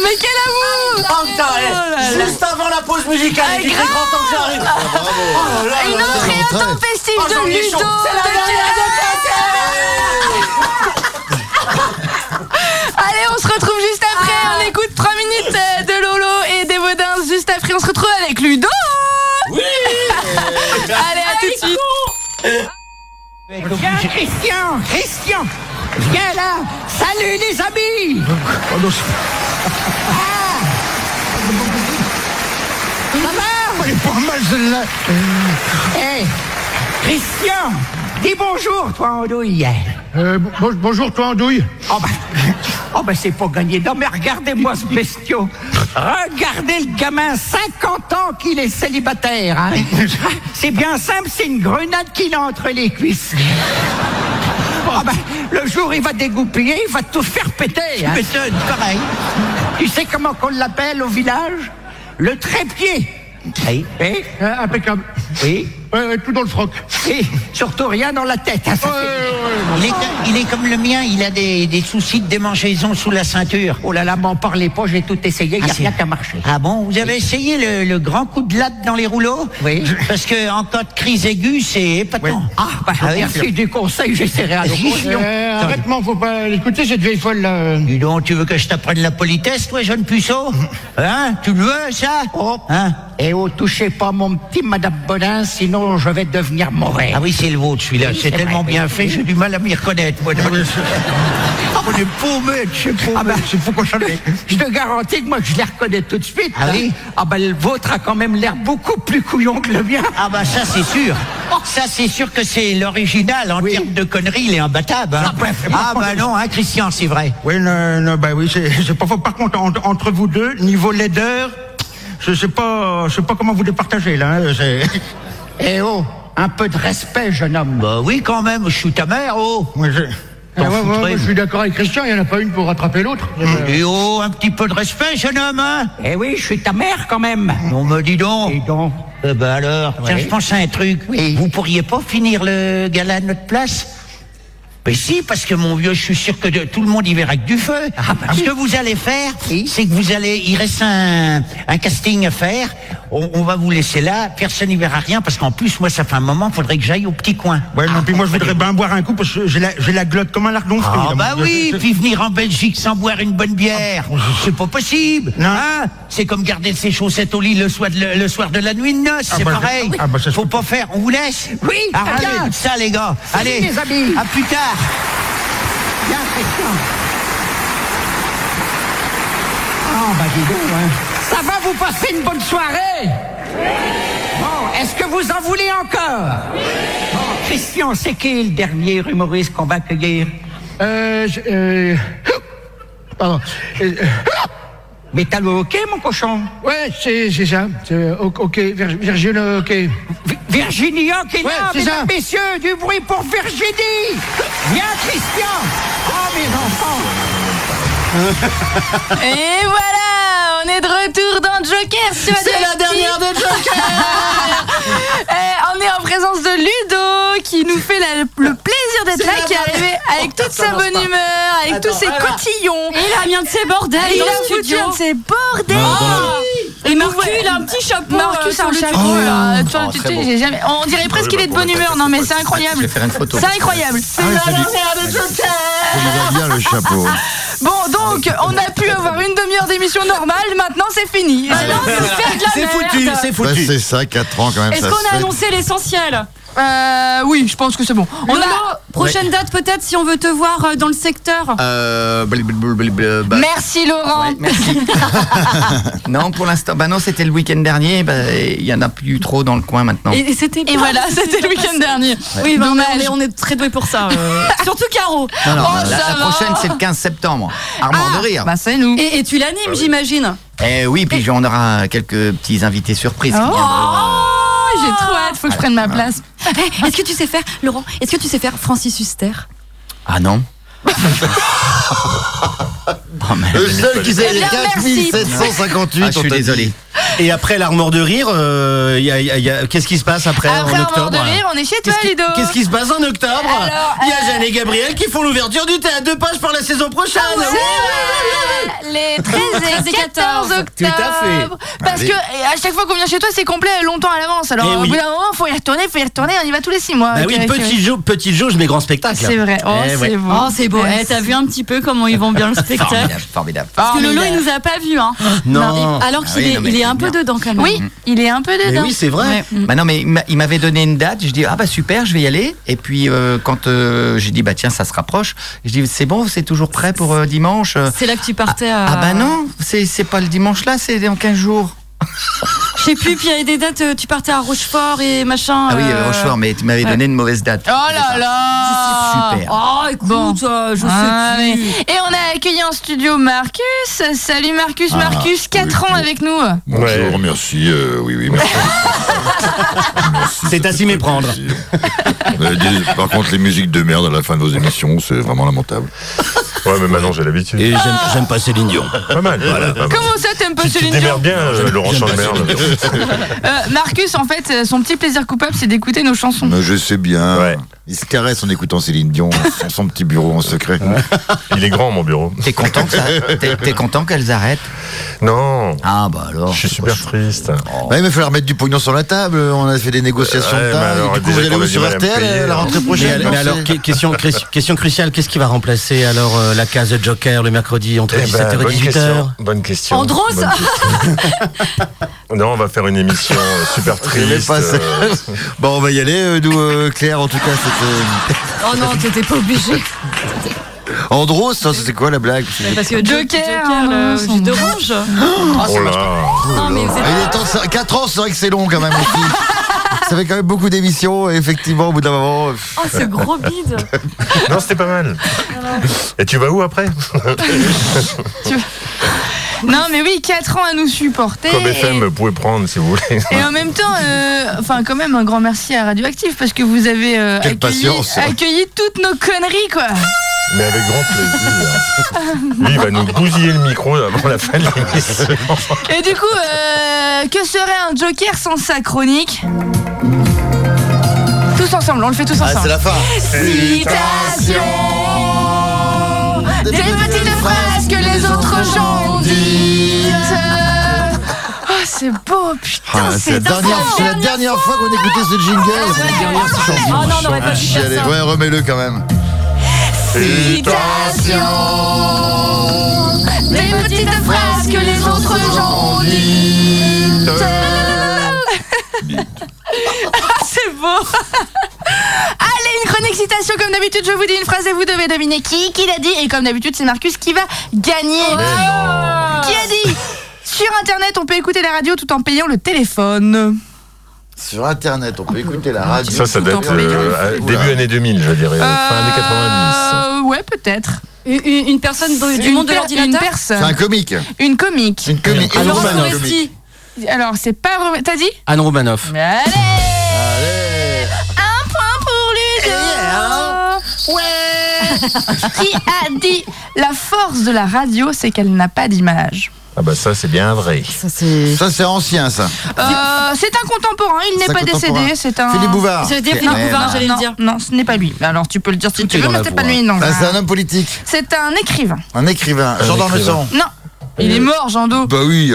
Speaker 1: Mais quel amour
Speaker 5: Oh,
Speaker 1: Oh
Speaker 5: Juste avant la pause musicale, il est grand temps que j'arrive.
Speaker 3: Ah,
Speaker 5: Oh,
Speaker 1: Une entrée
Speaker 3: Entrée.
Speaker 1: intempestive de
Speaker 5: Jean-Michel,
Speaker 1: Ludo
Speaker 5: c'est la
Speaker 1: de
Speaker 5: dernière
Speaker 1: Cœur. Allez, on se retrouve juste après.
Speaker 2: Ah.
Speaker 1: On écoute 3 minutes euh, de Lolo et des Baudins. Juste après, on se retrouve avec Ludo. Oui Allez, à tout de suite.
Speaker 5: Viens, Christian, Christian, viens là. Salut les amis.
Speaker 1: [laughs]
Speaker 8: Elle est pas mal celle-là.
Speaker 5: Euh, Hey, Christian, dis bonjour, toi, Andouille.
Speaker 8: Euh, bon- bonjour toi Andouille.
Speaker 5: Oh bah, [laughs] oh bah, c'est pour gagner. Non mais regardez-moi ce bestiau. Regardez le gamin, 50 ans qu'il est
Speaker 8: [laughs]
Speaker 5: célibataire. hein. C'est bien simple, c'est une grenade qu'il a entre les cuisses. Oh bah, le jour il va dégoupiller, il va tout faire péter. hein. Tu sais comment qu'on l'appelle au village Le trépied. Eh
Speaker 8: Euh, impeccable.
Speaker 5: Oui.
Speaker 8: Ouais, ouais, tout dans le froc.
Speaker 5: Et surtout rien dans la tête. hein, ça,
Speaker 8: Ouais,
Speaker 5: c'est-
Speaker 8: ouais, ouais.
Speaker 9: Il est, il est comme le mien, il a des, des soucis de démangeaison sous la ceinture.
Speaker 5: Oh là là, m'en parlez pas, j'ai tout essayé, il n'y a
Speaker 9: Ah, c'est-
Speaker 5: rien qui a marché.
Speaker 9: Ah bon, vous avez essayé le, le grand coup de latte dans les rouleaux
Speaker 5: Oui.
Speaker 9: Parce que en cas de crise aiguë, c'est épatant.
Speaker 5: Ah, bah, merci du conseil, j'essaierai à l'occasion.
Speaker 8: Euh, arrête-moi, faut pas l'écouter cette vieille folle là. euh.
Speaker 9: Dis donc, tu veux que je t'apprenne la politesse, toi, jeune
Speaker 8: [laughs]
Speaker 9: puceau Hein Tu le veux, ça
Speaker 5: Oh.
Speaker 9: Hein
Speaker 8: Eh
Speaker 5: Et oh, touchez pas mon petit Madame Bonin, sinon je vais devenir mauvais.
Speaker 9: Ah oui, c'est le vôtre, celui-là. C'est tellement bien fait, j'ai du mal à m'y reconnaître, moi. dans le- [laughs] On est paumé, je sais pas,
Speaker 5: Ah bah.
Speaker 9: c'est faut qu'on [laughs] change.
Speaker 5: Je te garantis que moi, je les reconnais tout de suite.
Speaker 9: Ah
Speaker 5: hein.
Speaker 9: oui
Speaker 5: Ah bah, le vôtre a quand même l'air beaucoup plus couillon que le mien.
Speaker 9: Ah bah ça c'est sûr. Ça c'est sûr que c'est l'original en
Speaker 5: Oui.
Speaker 9: termes de conneries, il est imbattable. hein.
Speaker 5: Ah, bref,
Speaker 9: Ah bah non, hein, Christian, c'est vrai.
Speaker 8: Oui, non, non, bah oui, c'est c'est pas faux. Par contre, en- entre vous deux, niveau laideur, je sais pas, je sais pas comment vous départager là. hein, [laughs] c'est-
Speaker 5: Eh oh, un peu de respect, jeune homme.
Speaker 9: Bah oui quand même, je suis ta mère, oh.
Speaker 8: Moi, je...
Speaker 9: T'en
Speaker 8: Ah ouais, ouais,
Speaker 9: foutrais,
Speaker 8: moi, je
Speaker 9: vous.
Speaker 8: suis d'accord avec Christian, il n'y en a pas une pour rattraper l'autre.
Speaker 9: Et oh, un petit peu de respect, jeune homme, hein
Speaker 5: Eh oui, je suis ta mère quand même.
Speaker 9: Non me dis donc.
Speaker 5: Et donc
Speaker 9: Eh ben alors, tiens, je pense à un truc. Vous pourriez pas finir le gala à notre place mais Ben si, parce que mon vieux, je suis sûr que de- tout le monde y verra que du feu. Ce que vous allez faire, c'est que vous allez, il reste un, un casting à faire. On, on va vous laisser là. Personne n'y verra rien, parce qu'en plus, moi, ça fait un moment, faudrait que j'aille au petit coin.
Speaker 8: Ouais, non, puis moi, je voudrais bien boire un coup parce que j'ai la, j'ai la glotte comme un lardon. fruit,
Speaker 9: Ah
Speaker 8: là,
Speaker 9: bah
Speaker 8: moi.
Speaker 9: oui,
Speaker 8: Je- je-
Speaker 9: puis venir en Belgique sans boire une bonne bière,
Speaker 8: Ah.
Speaker 9: c'est pas possible. Hein c'est comme garder ses chaussettes au lit le soir de, le soir de la nuit de noces, c'est
Speaker 8: bah,
Speaker 9: pareil.
Speaker 8: ah bah, ça, je
Speaker 9: Faut pas faire, on vous laisse
Speaker 5: Oui, très
Speaker 9: Arrêtez
Speaker 5: bien.
Speaker 9: ça les gars.
Speaker 5: Salut,
Speaker 9: Allez,
Speaker 5: les amis.
Speaker 9: à plus tard.
Speaker 5: Bien, Christian. Ah, bah dis donc, hein. Ça va, vous passer une bonne soirée Bon, est-ce que vous en voulez encore Bon, Christian, c'est qui le dernier humoriste qu'on va accueillir
Speaker 8: Euh, je- euh... [coughs] Pardon. Euh, euh,
Speaker 5: Mais t'as le hockey, mon cochon
Speaker 8: Ouais, c'est c'est ça. C'est, euh, Ok, Vir- Virgile, euh, ok.
Speaker 5: Vi- Virginie Hoc est
Speaker 8: Ouais,
Speaker 5: là,
Speaker 8: c'est ça.
Speaker 5: mesdames, messieurs, du bruit pour Virginie Viens, Christian Oh, mes enfants
Speaker 1: Et voilà, on est de retour dans Joker. C'est la dernière de [laughs] Joker. on est en présence de Ludo qui nous fait la- le plaisir d'être là, qui est arrivé avec toute sa bonne humeur, avec tous ses cotillons.
Speaker 2: Et il a mis un de ses bordels
Speaker 1: Il
Speaker 2: dans
Speaker 1: a
Speaker 2: le
Speaker 1: foutu
Speaker 2: studio.
Speaker 1: un de ses bordels.
Speaker 3: Dans- dans la-
Speaker 7: Et Marcu, il a un petit chapeau. euh,
Speaker 1: Marcus a
Speaker 7: sur
Speaker 1: un
Speaker 7: le
Speaker 1: chapeau,
Speaker 7: dessus.
Speaker 1: là. Tu vois,
Speaker 4: Oh,
Speaker 1: tu-
Speaker 4: très
Speaker 1: tu-
Speaker 4: beau.
Speaker 1: j'ai jamais- On dirait presque qu'il est de bonne humeur. Non, mais c'est
Speaker 4: Je vais
Speaker 1: incroyable.
Speaker 4: faire une photo.
Speaker 1: C'est incroyable. Ah, C'est
Speaker 3: oui,
Speaker 1: la
Speaker 3: c'est du-
Speaker 1: dernière de Joker.
Speaker 3: Il nous a bien le chapeau.
Speaker 1: Bon, donc, on a pu avoir une demi-heure d'émission normale. Maintenant, Ah, c'est fini.
Speaker 7: Maintenant, on se fait de la
Speaker 2: C'est foutu,
Speaker 7: merde.
Speaker 2: c'est
Speaker 3: Bah, c'est ça, 4 ans quand même.
Speaker 7: Est-ce
Speaker 3: ça se
Speaker 7: qu'on a
Speaker 3: fait.
Speaker 7: annoncé l'essentiel
Speaker 1: Euh, oui, je pense que c'est bon. On
Speaker 2: Lolo,
Speaker 1: a.
Speaker 2: prochaine date peut-être si on veut te voir euh, dans le secteur.
Speaker 4: Euh, blib- blib- blib- blib- bah,
Speaker 1: Merci
Speaker 4: [laughs]
Speaker 1: Laurent.
Speaker 4: ouais,
Speaker 2: [laughs]
Speaker 4: merci. non, pour l'instant, bah non, c'était le week-end dernier. bah, Il y en a plus trop dans le coin maintenant.
Speaker 2: Et, et c'était
Speaker 1: Et
Speaker 2: pas-
Speaker 1: voilà,
Speaker 2: [laughs]
Speaker 1: c'était le week-end dernier.
Speaker 2: Oui, bah, on,
Speaker 1: Dommage.
Speaker 2: est, on est très doués pour ça. [laughs] euh. Surtout Caro.
Speaker 4: Non, non,
Speaker 1: Oh,
Speaker 4: la,
Speaker 1: ça
Speaker 4: la
Speaker 1: va.
Speaker 4: prochaine, c'est le 15 septembre. Armand de rire.
Speaker 1: Bah, c'est nous.
Speaker 2: Et, et tu
Speaker 10: Ah
Speaker 2: l'animes, j'imagine.
Speaker 4: Eh oui, puis on aura quelques petits invités surprises. qui
Speaker 1: Oh,
Speaker 4: viendront.
Speaker 1: j'ai trop hâte, faut que je prenne ma place.
Speaker 2: Eh, Est-ce que tu sais faire, Laurent, est-ce que tu sais faire Francis Huster
Speaker 4: Ah non Oh, mais-
Speaker 3: Le seul qui sait les
Speaker 1: bien, merci.
Speaker 3: 4758.
Speaker 4: Ah, je suis
Speaker 3: on t'a dit.
Speaker 4: désolé.
Speaker 10: Et après l'armoire de rire, euh, y a- y a- y a- qu'est-ce qui se passe après,
Speaker 1: Après
Speaker 10: en
Speaker 1: avoir
Speaker 10: octobre
Speaker 1: de rire, on est chez toi,
Speaker 10: Qu'est-ce qui,
Speaker 1: Ludo.
Speaker 10: qu'est-ce qui se passe en octobre
Speaker 1: Alors, euh,
Speaker 10: Il y a Jeanne et Gabriel qui font l'ouverture du thé à deux pages pour la saison
Speaker 1: ah
Speaker 10: prochaine.
Speaker 1: C'est
Speaker 4: [laughs]
Speaker 1: vrai, Les 13 et 14 octobre.
Speaker 10: Tout à
Speaker 1: Parce
Speaker 3: Allez.
Speaker 1: que et à chaque fois qu'on vient chez toi, c'est complet longtemps à l'avance. Alors
Speaker 10: Eh
Speaker 1: au
Speaker 10: oui.
Speaker 1: bout d'un moment, faut y retourner, faut y retourner. On y va tous les 6 mois.
Speaker 10: Bah
Speaker 1: Ok,
Speaker 10: oui,
Speaker 1: Ah, ok,
Speaker 10: petit, jau- petite jauge mais grand spectacle.
Speaker 1: C'est vrai. Oh,
Speaker 10: Eh
Speaker 1: c'est
Speaker 10: ouais.
Speaker 1: beau.
Speaker 2: Oh, c'est beau. Eh, T'as vu un petit peu comment ils vont bien le spectacle
Speaker 4: Formidable, formidable.
Speaker 2: Parce que Lolo, il nous a pas vu. Hein.
Speaker 10: Non.
Speaker 2: Alors
Speaker 4: Ah
Speaker 2: qu'il
Speaker 4: oui,
Speaker 2: est,
Speaker 4: non, mais
Speaker 2: il est
Speaker 4: c'est
Speaker 2: un peu
Speaker 4: bien.
Speaker 2: dedans quand même.
Speaker 1: Oui, il est un peu
Speaker 10: Mais
Speaker 1: dedans.
Speaker 10: oui, c'est vrai.
Speaker 4: Bah non, mais il m'a- il m'avait donné une date. Je dis ah bah super, je vais y aller. Et puis euh, quand euh, j'ai dit bah tiens, ça se rapproche. Je dis c'est bon, c'est toujours prêt pour euh, dimanche.
Speaker 2: C'est là que tu partais. euh, à-
Speaker 4: Ah bah non, c'est c'est pas le dimanche là, c'est dans 15 jours.
Speaker 2: Je sais plus, puis il y avait des dates, euh, tu partais à Rochefort et machin.
Speaker 4: Ah oui,
Speaker 2: euh,
Speaker 4: Rochefort, mais tu m'avais donné une mauvaise date.
Speaker 1: Oh là là
Speaker 4: Super.
Speaker 2: Oh, écoute, euh, je
Speaker 1: Ah,
Speaker 2: sais plus.
Speaker 1: mais- Et on a accueilli en studio Marcus. Salut Marcus,
Speaker 3: Ah,
Speaker 1: Marcus, 4
Speaker 3: oui.
Speaker 1: ans avec nous.
Speaker 3: Bonjour,
Speaker 10: Ouais.
Speaker 3: merci. euh, oui,
Speaker 7: [laughs]
Speaker 3: oui, merci. Merci,
Speaker 10: C'est à
Speaker 3: ça
Speaker 10: s'y
Speaker 3: fait
Speaker 10: méprendre.
Speaker 3: plaisir. Euh, dis- Par contre, les musiques de merde à la fin de vos émissions, c'est vraiment lamentable.
Speaker 11: Ouais, mais maintenant j'ai l'habitude.
Speaker 10: Et j'aime, j'aime pas Céline Dion.
Speaker 11: Pas mal. Voilà. Pas mal.
Speaker 1: Comment ça, t'aimes pas
Speaker 11: Tu tu te
Speaker 1: Céline Dion
Speaker 11: démerdes bien, euh, Laurent
Speaker 10: j'aime pas
Speaker 11: Chandemerle.
Speaker 1: Euh, Marcus, en fait, euh, son petit plaisir coupable, c'est d'écouter nos chansons.
Speaker 3: Mais je sais bien.
Speaker 11: Ouais.
Speaker 3: Il se caresse en écoutant Céline
Speaker 11: [laughs]
Speaker 3: Dion, dans son petit bureau en secret.
Speaker 11: Il est grand, mon bureau.
Speaker 4: T'es content
Speaker 3: [laughs]
Speaker 4: que ça T'es t'es content qu'elles arrêtent
Speaker 11: Non,
Speaker 4: Ah bah alors.
Speaker 11: je suis
Speaker 4: c'est quoi
Speaker 11: super
Speaker 4: ce-
Speaker 11: triste.
Speaker 3: Ouais, mais il falloir mettre du pognon sur la table. On a fait des négociations
Speaker 11: Euh,
Speaker 3: de
Speaker 11: Ouais, mais
Speaker 3: taille.
Speaker 11: alors,
Speaker 3: du coup,
Speaker 11: déjà
Speaker 3: vous allez
Speaker 11: qu'on
Speaker 3: où
Speaker 11: a du
Speaker 3: sur
Speaker 11: mal à me
Speaker 3: RTL
Speaker 11: payer,
Speaker 3: la
Speaker 11: alors.
Speaker 3: rentrée
Speaker 10: Mais,
Speaker 3: prochaine
Speaker 10: mais
Speaker 3: non, c'est-
Speaker 10: alors, que- question, cru- question cruciale, qu'est-ce qui va remplacer alors euh, la case Joker le mercredi entre
Speaker 11: Eh ben,
Speaker 10: 17h
Speaker 11: bonne
Speaker 10: et 18h
Speaker 11: question.
Speaker 3: Bah.
Speaker 11: Bonne question.
Speaker 2: Andros
Speaker 11: Bonne question. Non, on va faire une émission euh,
Speaker 3: [laughs]
Speaker 11: super
Speaker 3: J'aimais
Speaker 11: triste.
Speaker 3: pas ça.
Speaker 11: euh,
Speaker 3: Bon, on va y aller, euh, nous, euh, Claire, en tout cas. [laughs] C'était...
Speaker 2: Oh non, t'étais pas obligé.
Speaker 3: Andros, ça, c'était quoi la blague
Speaker 2: Parce que
Speaker 1: Joker,
Speaker 2: Joker hein,
Speaker 4: euh,
Speaker 2: le
Speaker 1: son-
Speaker 2: jus d'orange.
Speaker 11: oh là.
Speaker 2: Non, mais
Speaker 3: Ah, Il est temps, 4 ans, c'est vrai que c'est long quand même aussi. Ça fait quand même beaucoup d'émissions, et effectivement, au bout d'un moment. euh,
Speaker 2: c'est- Oh, ce
Speaker 3: [laughs]
Speaker 2: gros bide.
Speaker 11: Non, c'était pas mal. Et tu vas Bah, où après [laughs]
Speaker 1: Non, mais oui, 4 ans à nous supporter.
Speaker 11: Comme FM,
Speaker 1: et,
Speaker 11: vous pouvez prendre si vous voulez.
Speaker 1: et en même temps, euh, enfin, quand même, un grand merci à Radioactive parce que vous avez euh,
Speaker 3: Quelle
Speaker 1: accueilli,
Speaker 3: patience.
Speaker 1: accueilli toutes nos conneries, quoi.
Speaker 11: [laughs] Mais avec grand plaisir. Lui, il va nous bousiller le micro avant la fin de
Speaker 3: [laughs]
Speaker 11: l'émission.
Speaker 1: Et du coup, euh, que serait un Joker sans sa chronique Tous ensemble, on le fait tous
Speaker 3: Ah, c'est
Speaker 1: ensemble.
Speaker 3: la fin.
Speaker 1: Citation Des petites phrases que les autres gens ont dites. Oh, c'est beau, putain,
Speaker 3: Ah, c'est la
Speaker 1: c'est
Speaker 3: dernière, c'est la dernière fois qu'on écoutait ce jingle. C'est la dernière
Speaker 2: Oh non, on aurait pas dû faire
Speaker 3: Allez,
Speaker 2: ça.
Speaker 3: Ah, ouais, remets-le quand même.
Speaker 1: Citation Des petites phrases que les autres gens ont dites. Ah, C'est beau [laughs] Allez, une chronique citation comme d'habitude, je vous dis une phrase et vous devez deviner qui, qui l'a dit et comme d'habitude, c'est Marcus qui va gagner.
Speaker 2: Oh.
Speaker 1: qui a dit Sur internet, on peut écouter la radio tout en payant le téléphone.
Speaker 3: Sur Internet, on peut écouter la radio.
Speaker 11: Ça, ça date euh, à- début
Speaker 3: Oula.
Speaker 11: année 2000, je dirais. Fin année 90.
Speaker 1: Euh, ouais, peut-être.
Speaker 2: Une- Une une personne de- du
Speaker 1: Une
Speaker 2: monde de
Speaker 1: per- Une
Speaker 2: l'ordinateur.
Speaker 3: C'est un
Speaker 1: personne.
Speaker 3: comique.
Speaker 1: Une comique.
Speaker 3: C'est une comique.
Speaker 10: Allons,
Speaker 2: Laurent
Speaker 10: Romanoff.
Speaker 2: Foresti.
Speaker 1: Alors, c'est pas. Romain- T'as dit
Speaker 10: Anne Romanoff.
Speaker 1: Allez
Speaker 3: Allez. Eh hein.
Speaker 1: Un point pour Ludo Ouais [laughs] Qui a dit La force de la radio, c'est qu'elle n'a pas d'image
Speaker 11: Ah bah ça, c'est bien vrai.
Speaker 2: Ça, c'est.
Speaker 3: Ça, c'est ancien, ça.
Speaker 1: Euh, C'est un contemporain, il
Speaker 3: C'est
Speaker 1: n'est
Speaker 3: un
Speaker 1: pas
Speaker 3: contemporain.
Speaker 1: décédé, c'est un.
Speaker 3: Philippe Bouvard.
Speaker 2: J'allais dire
Speaker 3: Ok.
Speaker 2: Philippe
Speaker 3: Ouais,
Speaker 2: Bouvard,
Speaker 3: non.
Speaker 2: j'allais
Speaker 1: Non,
Speaker 2: le dire.
Speaker 1: non, ce n'est pas lui. Alors tu peux le dire si
Speaker 10: Tout
Speaker 1: tu
Speaker 10: est
Speaker 1: veux,
Speaker 10: dans
Speaker 1: mais
Speaker 10: la
Speaker 1: c'est pas
Speaker 10: voix.
Speaker 1: lui, non.
Speaker 3: Ah, c'est un homme politique,
Speaker 1: C'est un écrivain.
Speaker 3: un écrivain. Jean
Speaker 10: écrivain.
Speaker 3: Dormesson.
Speaker 1: Non, il est mort, Jean Do.
Speaker 3: Bah oui.
Speaker 11: Il y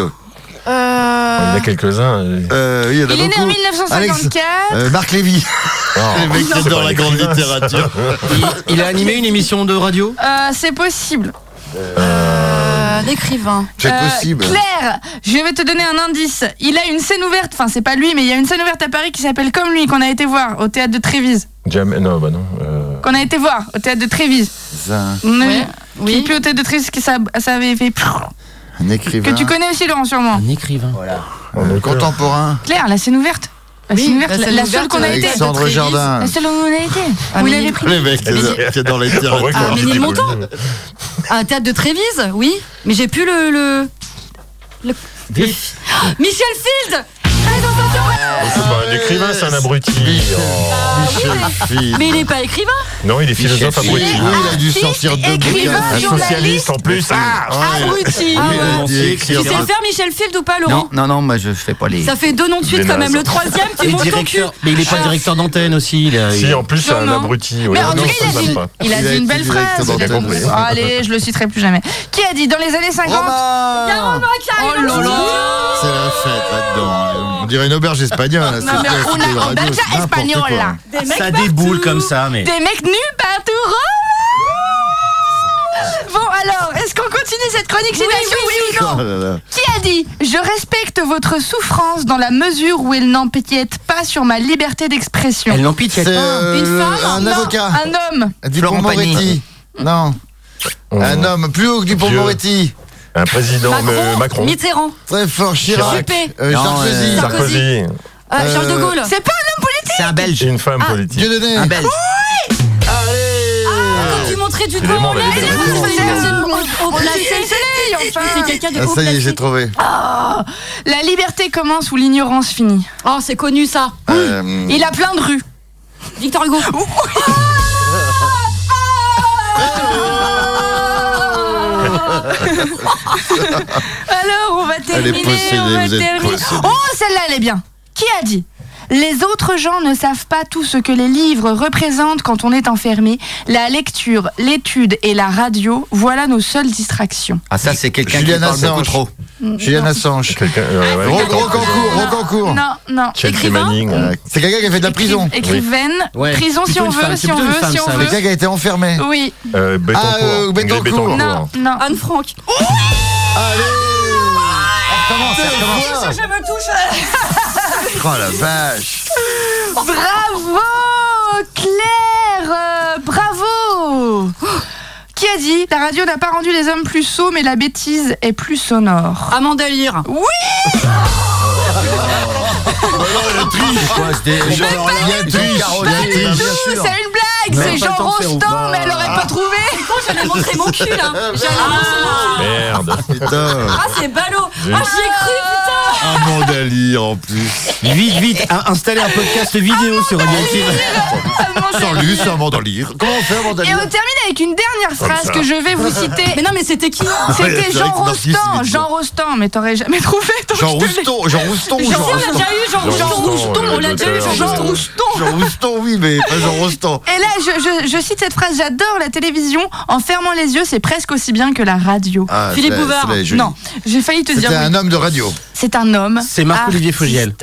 Speaker 11: en a quelques-uns.
Speaker 3: Euh, il y en a
Speaker 1: Il est né en
Speaker 3: beaucoup.
Speaker 1: 1954.
Speaker 3: Alex, euh, Marc Lévy.
Speaker 11: Le
Speaker 3: mec qui adore la grande littérature.
Speaker 10: Il, il a animé une émission de radio
Speaker 1: Euh, c'est possible.
Speaker 2: Un écrivain.
Speaker 3: Euh, C'est
Speaker 1: Euh,
Speaker 3: possible.
Speaker 1: Claire, je vais te donner un indice. Il a une scène ouverte, enfin c'est pas lui, mais il y a une scène ouverte à Paris qui s'appelle Comme lui, qu'on a été voir au théâtre de Trévise.
Speaker 11: Jamais. Non, bah non. euh,
Speaker 1: Qu'on a été voir au théâtre de Trévise.
Speaker 3: Ça,
Speaker 1: On a
Speaker 2: Ouais,
Speaker 1: vu.
Speaker 2: oui.
Speaker 1: Qui pue au théâtre de Trévise, qui ça, ça avait fait.
Speaker 3: Un écrivain.
Speaker 1: Que tu connais aussi, Laurent, sûrement.
Speaker 10: Un écrivain.
Speaker 11: en
Speaker 3: euh,
Speaker 11: auteur.
Speaker 3: contemporain.
Speaker 1: Claire, la scène ouverte. La
Speaker 2: Oui,
Speaker 1: scène ouverte,
Speaker 2: la
Speaker 1: la,
Speaker 2: scène
Speaker 1: la
Speaker 2: ouverte,
Speaker 1: seule qu'on a été.
Speaker 3: euh, Alexandre
Speaker 2: Trévise.
Speaker 3: Jardin.
Speaker 1: La seule où on a été.
Speaker 2: Ah,
Speaker 1: Où il
Speaker 2: mais-
Speaker 1: avait pris. Ah,
Speaker 3: Les mecs euh, qui adorent les
Speaker 11: En vrai,
Speaker 3: littérature.
Speaker 11: quand on dit des
Speaker 2: Ménilmontant.
Speaker 11: boules,
Speaker 2: Un théâtre de Trévise, oui. Mais j'ai plus le. le... [gasps] le- Michel Field
Speaker 11: C'est pas Bah, un écrivain,
Speaker 3: Euh,
Speaker 11: c'est un abruti. Oh.
Speaker 3: Michel Field.
Speaker 2: Ah Mais il n'est pas écrivain
Speaker 11: Non, il est philosophe
Speaker 4: Michel
Speaker 11: abruti.
Speaker 3: Oui, il a dû sortir deux
Speaker 1: écrivain,
Speaker 3: bouquins.
Speaker 11: Un socialiste en plus. Ah,
Speaker 2: Abruti
Speaker 3: Il a
Speaker 2: Ah ouais.
Speaker 3: dû
Speaker 2: Tu
Speaker 3: écrire
Speaker 2: sais le faire Michel Field ou pas Laurent
Speaker 4: Non, non, non, moi je fais pas les.
Speaker 2: Ça fait deux noms de suite
Speaker 11: Mais
Speaker 2: quand
Speaker 11: non,
Speaker 2: même.
Speaker 11: ça-
Speaker 2: Le troisième, tu
Speaker 10: Et
Speaker 2: montes ton cul.
Speaker 10: directeur. Mais il est pas
Speaker 2: Ah.
Speaker 10: directeur d'antenne aussi. Il a,
Speaker 11: Si,
Speaker 10: il-
Speaker 11: en plus, c'est un
Speaker 2: Sûrement.
Speaker 11: abruti. Oui,
Speaker 1: Mais en
Speaker 11: non,
Speaker 1: tout cas, il
Speaker 11: ça
Speaker 1: a
Speaker 11: me
Speaker 1: dit,
Speaker 11: va pas.
Speaker 1: il a
Speaker 3: Il a
Speaker 1: dit une
Speaker 3: été
Speaker 1: belle
Speaker 3: directeur
Speaker 1: phrase.
Speaker 3: d'antenne,
Speaker 1: il a dit-
Speaker 11: oui.
Speaker 1: Oh, allez, je le citerai plus jamais. Qui a dit dans les années 50
Speaker 3: Romain
Speaker 1: Oh là là
Speaker 3: C'est la fête là-dedans. On dirait une auberge espagnole. là,
Speaker 1: Non,
Speaker 3: c'est
Speaker 1: mais
Speaker 3: clair,
Speaker 1: on
Speaker 3: c'est
Speaker 1: a
Speaker 3: la
Speaker 1: en
Speaker 3: radio,
Speaker 1: Bacha
Speaker 3: c'est n'importe
Speaker 1: espagnol
Speaker 3: quoi.
Speaker 1: là.
Speaker 10: ça déboule comme ça, mais.
Speaker 1: Des mecs nus partout. Bon alors, est-ce qu'on continue cette chronique citation oui, ou non
Speaker 3: Oh là là.
Speaker 1: Qui a dit Je respecte votre souffrance dans la mesure où elle n'empiète pas sur ma liberté d'expression.
Speaker 10: Elle l'empitié.
Speaker 3: C'est euh,
Speaker 1: Une femme
Speaker 3: un
Speaker 1: Non,
Speaker 3: avocat.
Speaker 1: Un homme.
Speaker 3: Dupont Moretti. Non,
Speaker 11: On-
Speaker 3: un homme plus haut que Dupont
Speaker 11: Oh. Vieux.
Speaker 3: Moretti.
Speaker 11: Un président euh, Macron.
Speaker 2: Mitterrand.
Speaker 3: Très fort, Chirac.
Speaker 2: Juppé.
Speaker 3: Euh,
Speaker 4: Non,
Speaker 3: Sarkozy.
Speaker 4: euh,
Speaker 11: Sarkozy.
Speaker 2: Euh, Charles de Gaulle.
Speaker 1: C'est pas un homme politique
Speaker 4: C'est un belge.
Speaker 11: J'ai une femme politique.
Speaker 3: Dieudonné.
Speaker 4: Un belge.
Speaker 1: Ah,
Speaker 3: Euh,
Speaker 2: Tu montrais du
Speaker 11: Il est
Speaker 2: doigt
Speaker 11: mort,
Speaker 2: en
Speaker 11: mais
Speaker 2: l'air.
Speaker 11: il est
Speaker 2: C'est
Speaker 11: mort.
Speaker 2: une personne au- au placé. C'est quelqu'un de
Speaker 3: Ah,
Speaker 2: haut
Speaker 3: ça y est,
Speaker 2: placé.
Speaker 3: j'ai trouvé.
Speaker 1: Ah, La liberté commence où l'ignorance finit.
Speaker 2: Oh, c'est connu ça.
Speaker 3: Euh,
Speaker 1: Il a plein de rues.
Speaker 2: Victor
Speaker 3: [laughs]
Speaker 2: Hugo.
Speaker 1: Ah Oh.
Speaker 5: [laughs]
Speaker 1: Alors, on va terminer.
Speaker 3: Elle est possédée,
Speaker 1: on va
Speaker 3: vous êtes
Speaker 1: terminer.
Speaker 3: possédée.
Speaker 1: Oh, celle-là, elle est bien. Qui a dit Les autres gens ne savent pas tout ce que les livres représentent quand on est enfermé. La lecture, l'étude et la radio, voilà nos seules distractions.
Speaker 4: Ah, ça, c'est quelqu'un qui
Speaker 3: Julian
Speaker 4: parle beaucoup
Speaker 3: Assange.
Speaker 4: trop.
Speaker 3: Julian Assange.
Speaker 11: Quelqu'un. euh,
Speaker 1: Ah,
Speaker 11: ouais,
Speaker 3: Gros,
Speaker 11: quelqu'un
Speaker 3: gros
Speaker 11: qui-
Speaker 3: concours, gros concours.
Speaker 1: Non, non.
Speaker 11: Chelsea
Speaker 2: Écrivain
Speaker 11: Manning.
Speaker 3: Euh, C'est quelqu'un qui a fait de la prison.
Speaker 1: Écri- Écrivaine.
Speaker 10: Ouais.
Speaker 1: Prison si on
Speaker 10: Plutôt une
Speaker 1: veut,
Speaker 10: femme, c'est
Speaker 1: si on
Speaker 10: plutôt une
Speaker 1: veut,
Speaker 10: femme,
Speaker 1: si
Speaker 10: ça,
Speaker 1: on
Speaker 10: oui.
Speaker 1: veut.
Speaker 3: Quelqu'un qui a été enfermé.
Speaker 1: Oui.
Speaker 11: Euh, Bettencourt.
Speaker 3: Ah, euh,
Speaker 11: Ingrid
Speaker 3: Bettencourt.
Speaker 11: Bettencourt.
Speaker 1: Non, non.
Speaker 2: Anne Frank.
Speaker 3: Allez Deux
Speaker 2: Je me touche.
Speaker 3: fois. Oh la vache
Speaker 1: Bravo, Claire euh, Bravo [gasps] Qui a dit La radio n'a pas rendu les hommes plus sots, mais la bêtise est plus sonore.
Speaker 2: Amanda Lear.
Speaker 4: C'est quoi C'était genre
Speaker 3: Il y a triche, il y a
Speaker 1: Pas du
Speaker 3: triche.
Speaker 1: tout, c'est une blague,
Speaker 10: Mais
Speaker 1: c'est
Speaker 10: pas le
Speaker 1: Jean
Speaker 10: temps de faire ou
Speaker 1: Rostand,
Speaker 10: pas.
Speaker 1: mais elle aurait pas trouvé.
Speaker 2: Ah, J'allais montrer mon cul là.
Speaker 5: Ah.
Speaker 2: J'allais montrer mon cul.
Speaker 11: Merde.
Speaker 3: Putain
Speaker 2: [laughs] Ah, c'est ballot. Ah, j'y ai cru, putain.
Speaker 3: Un mandalire en plus
Speaker 10: Vite, vite, un- installer un podcast vidéo sur Radioactive.
Speaker 3: Sans lui, c'est un mandalire Comment on fait un
Speaker 1: Et on
Speaker 3: mandalire
Speaker 1: termine avec une dernière
Speaker 3: Oh,
Speaker 1: phrase
Speaker 11: ça.
Speaker 1: que je vais vous citer.
Speaker 2: [laughs] Mais non, mais c'était qui
Speaker 3: Ouais,
Speaker 1: C'était
Speaker 3: c'est
Speaker 1: Jean
Speaker 3: vrai que Narcisse,
Speaker 1: Rostand,
Speaker 3: il est
Speaker 1: Jean Rostand, mais t'aurais jamais trouvé. donc
Speaker 3: Jean
Speaker 1: je te l'ai-
Speaker 3: Rouston Jean Rouston ou
Speaker 2: Jean
Speaker 3: Jean
Speaker 2: Rouston, on
Speaker 3: Rouston
Speaker 2: l'a déjà eu, Jean, Jean Rouston, on l'a déjà eu, Jean,
Speaker 1: Jean
Speaker 2: Jean Rouston.
Speaker 1: Rouston.
Speaker 3: Jean Rouston, oui, mais
Speaker 2: [laughs]
Speaker 3: pas Jean Rouston
Speaker 1: Et là, je, je- je cite cette phrase, j'adore la télévision. En fermant les yeux, c'est presque aussi bien que la radio.
Speaker 3: Ah,
Speaker 2: Philippe
Speaker 3: c'est la-
Speaker 2: Bouvard.
Speaker 3: c'est la jolie.
Speaker 1: non, j'ai failli te dire.
Speaker 3: C'était un
Speaker 1: oui.
Speaker 3: homme de radio
Speaker 1: C'est un homme. Ah.
Speaker 10: C'est Marc-Olivier
Speaker 1: artiste,
Speaker 10: Fogiel.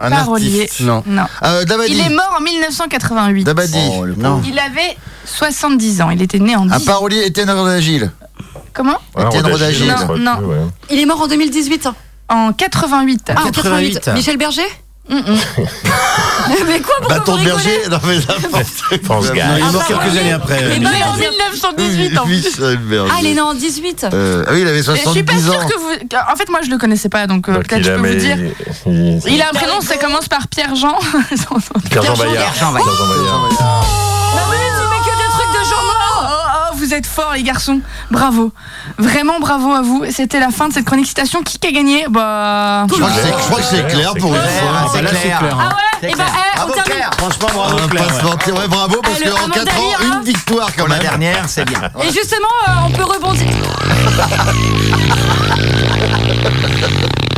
Speaker 3: Un
Speaker 1: Parolier.
Speaker 3: artiste
Speaker 10: Non.
Speaker 1: Non.
Speaker 3: Euh, Dabadi
Speaker 1: Il est mort en 1988.
Speaker 3: Dabadi
Speaker 4: Oh, le
Speaker 3: Non
Speaker 1: Il avait 70 ans. Il était né en
Speaker 3: Un
Speaker 1: 10.
Speaker 3: parolier Étienne Rodagil
Speaker 1: Comment
Speaker 11: Ah,
Speaker 3: Étienne Rodagil.
Speaker 11: on croit
Speaker 1: Non,
Speaker 11: plus, ouais.
Speaker 2: Il est mort en 2018. hein.
Speaker 1: En 88.
Speaker 2: Ah, en 88.
Speaker 10: 88.
Speaker 2: Michel Berger Mm,
Speaker 1: Mm-mm.
Speaker 2: Mais quoi, pourquoi
Speaker 3: Bâton
Speaker 2: vous
Speaker 3: de
Speaker 2: rigolez
Speaker 3: berger Non mais n'importe quoi
Speaker 11: France Gall.
Speaker 10: Non, il est mort
Speaker 2: Ah,
Speaker 10: quelques
Speaker 2: oui.
Speaker 10: années après.
Speaker 2: Mais
Speaker 10: euh,
Speaker 2: non, mais en
Speaker 1: 1918 en plus.
Speaker 3: Michel Berger
Speaker 2: Ah, il est né en 18.
Speaker 3: Euh, Ah oui, il avait
Speaker 1: Je suis pas
Speaker 3: 70 ans
Speaker 1: sûre que vous. En fait, moi, je le connaissais pas, donc euh,
Speaker 11: Donc,
Speaker 1: peut-être
Speaker 11: il
Speaker 1: je
Speaker 11: a
Speaker 1: peux vous
Speaker 11: mis-
Speaker 1: dire.
Speaker 11: il-
Speaker 1: Il a un prénom, ça commence par Pierre [laughs] Jean.
Speaker 11: Pierre-Jean Bayard.
Speaker 4: Pierre-Jean Bayard.
Speaker 11: Pierre-Jean Bayard.
Speaker 2: Bah oui, tu mets que des trucs de Jean Morin.
Speaker 1: Oh, oh, vous êtes forts, les garçons. Bravo. Vraiment bravo à vous. C'était la fin de cette chronique citation. Qui a gagné Bah.
Speaker 3: Je crois que c'est- je crois que c'est clair pour une
Speaker 4: Ah,
Speaker 3: fois
Speaker 4: c'est
Speaker 10: là, c'est
Speaker 4: clair.
Speaker 10: clair, hein.
Speaker 1: ben,
Speaker 2: Ouais, et bah, eh, on
Speaker 4: Bravo,
Speaker 2: termine.
Speaker 4: Claire.
Speaker 10: Franchement,
Speaker 3: On
Speaker 10: bravo,
Speaker 3: va
Speaker 10: Claire.
Speaker 3: pas se
Speaker 10: ouais.
Speaker 3: mentir, ouais, bravo, parce
Speaker 2: Ah, le
Speaker 3: qu'en 4 ans,
Speaker 2: Amanda Lear, hein.
Speaker 3: une victoire quand
Speaker 4: Pour la
Speaker 3: même.
Speaker 4: dernière, c'est bien.
Speaker 2: Et justement, euh, on peut rebondir.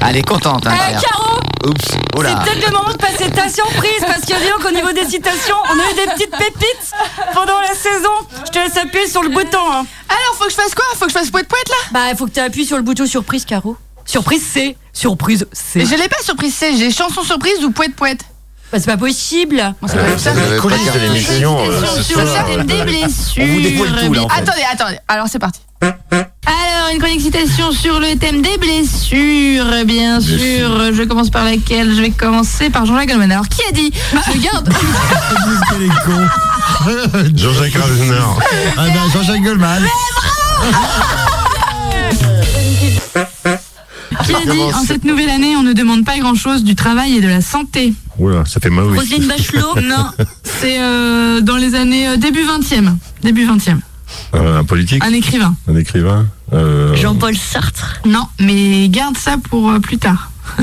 Speaker 4: Elle est contente, hein,
Speaker 2: Euh,
Speaker 4: Claire.
Speaker 2: Caro,
Speaker 3: Oups, oh
Speaker 2: c'est
Speaker 3: là.
Speaker 2: peut-être le moment de passer ta surprise parce que dis donc, au niveau des citations, on a eu des petites pépites pendant la saison. Je te laisse appuyer sur le bouton. hein.
Speaker 1: Alors, faut que je fasse quoi Faut que je fasse poète poète là
Speaker 2: Bah, il faut que tu appuies sur le bouton surprise, Caro. Surprise, c'est Surprise C.
Speaker 1: Mais je l'ai pas surprise C, j'ai chanson surprise ou poète poète.
Speaker 2: Bah, c'est pas possible.
Speaker 1: Moi, c'est pas ça.
Speaker 11: le colis de l'émission. euh, ce
Speaker 1: Sur
Speaker 11: soir.
Speaker 1: certaines des blessures.
Speaker 10: vous dévoile tout, là, en fait.
Speaker 1: Attendez, attendez. Alors c'est parti. Alors, une chronique citation sur le thème des blessures, bien sûr. Je commence par laquelle Je vais commencer par Jean-Jacques Goldman. Alors, qui a [laughs] dit Je garde.
Speaker 8: Qu'est-ce qu'elle est con [laughs]
Speaker 11: Jean-Jacques Ravenard.
Speaker 8: Ah ben Jean-Jacques Goldman.
Speaker 1: Qui a dit En cette nouvelle année, on ne demande pas grand-chose du travail et de la santé.
Speaker 11: Oula, Oh ça fait mauvais.
Speaker 2: Roselyne Bachelot
Speaker 1: Non, c'est euh, dans les années euh, début 20e. Début 20e.
Speaker 11: [laughs] Euh, Un politique,
Speaker 1: Un écrivain.
Speaker 11: un écrivain. euh,
Speaker 2: Jean-Paul Sartre.
Speaker 1: Non, mais garde ça pour euh, plus tard.
Speaker 11: [laughs]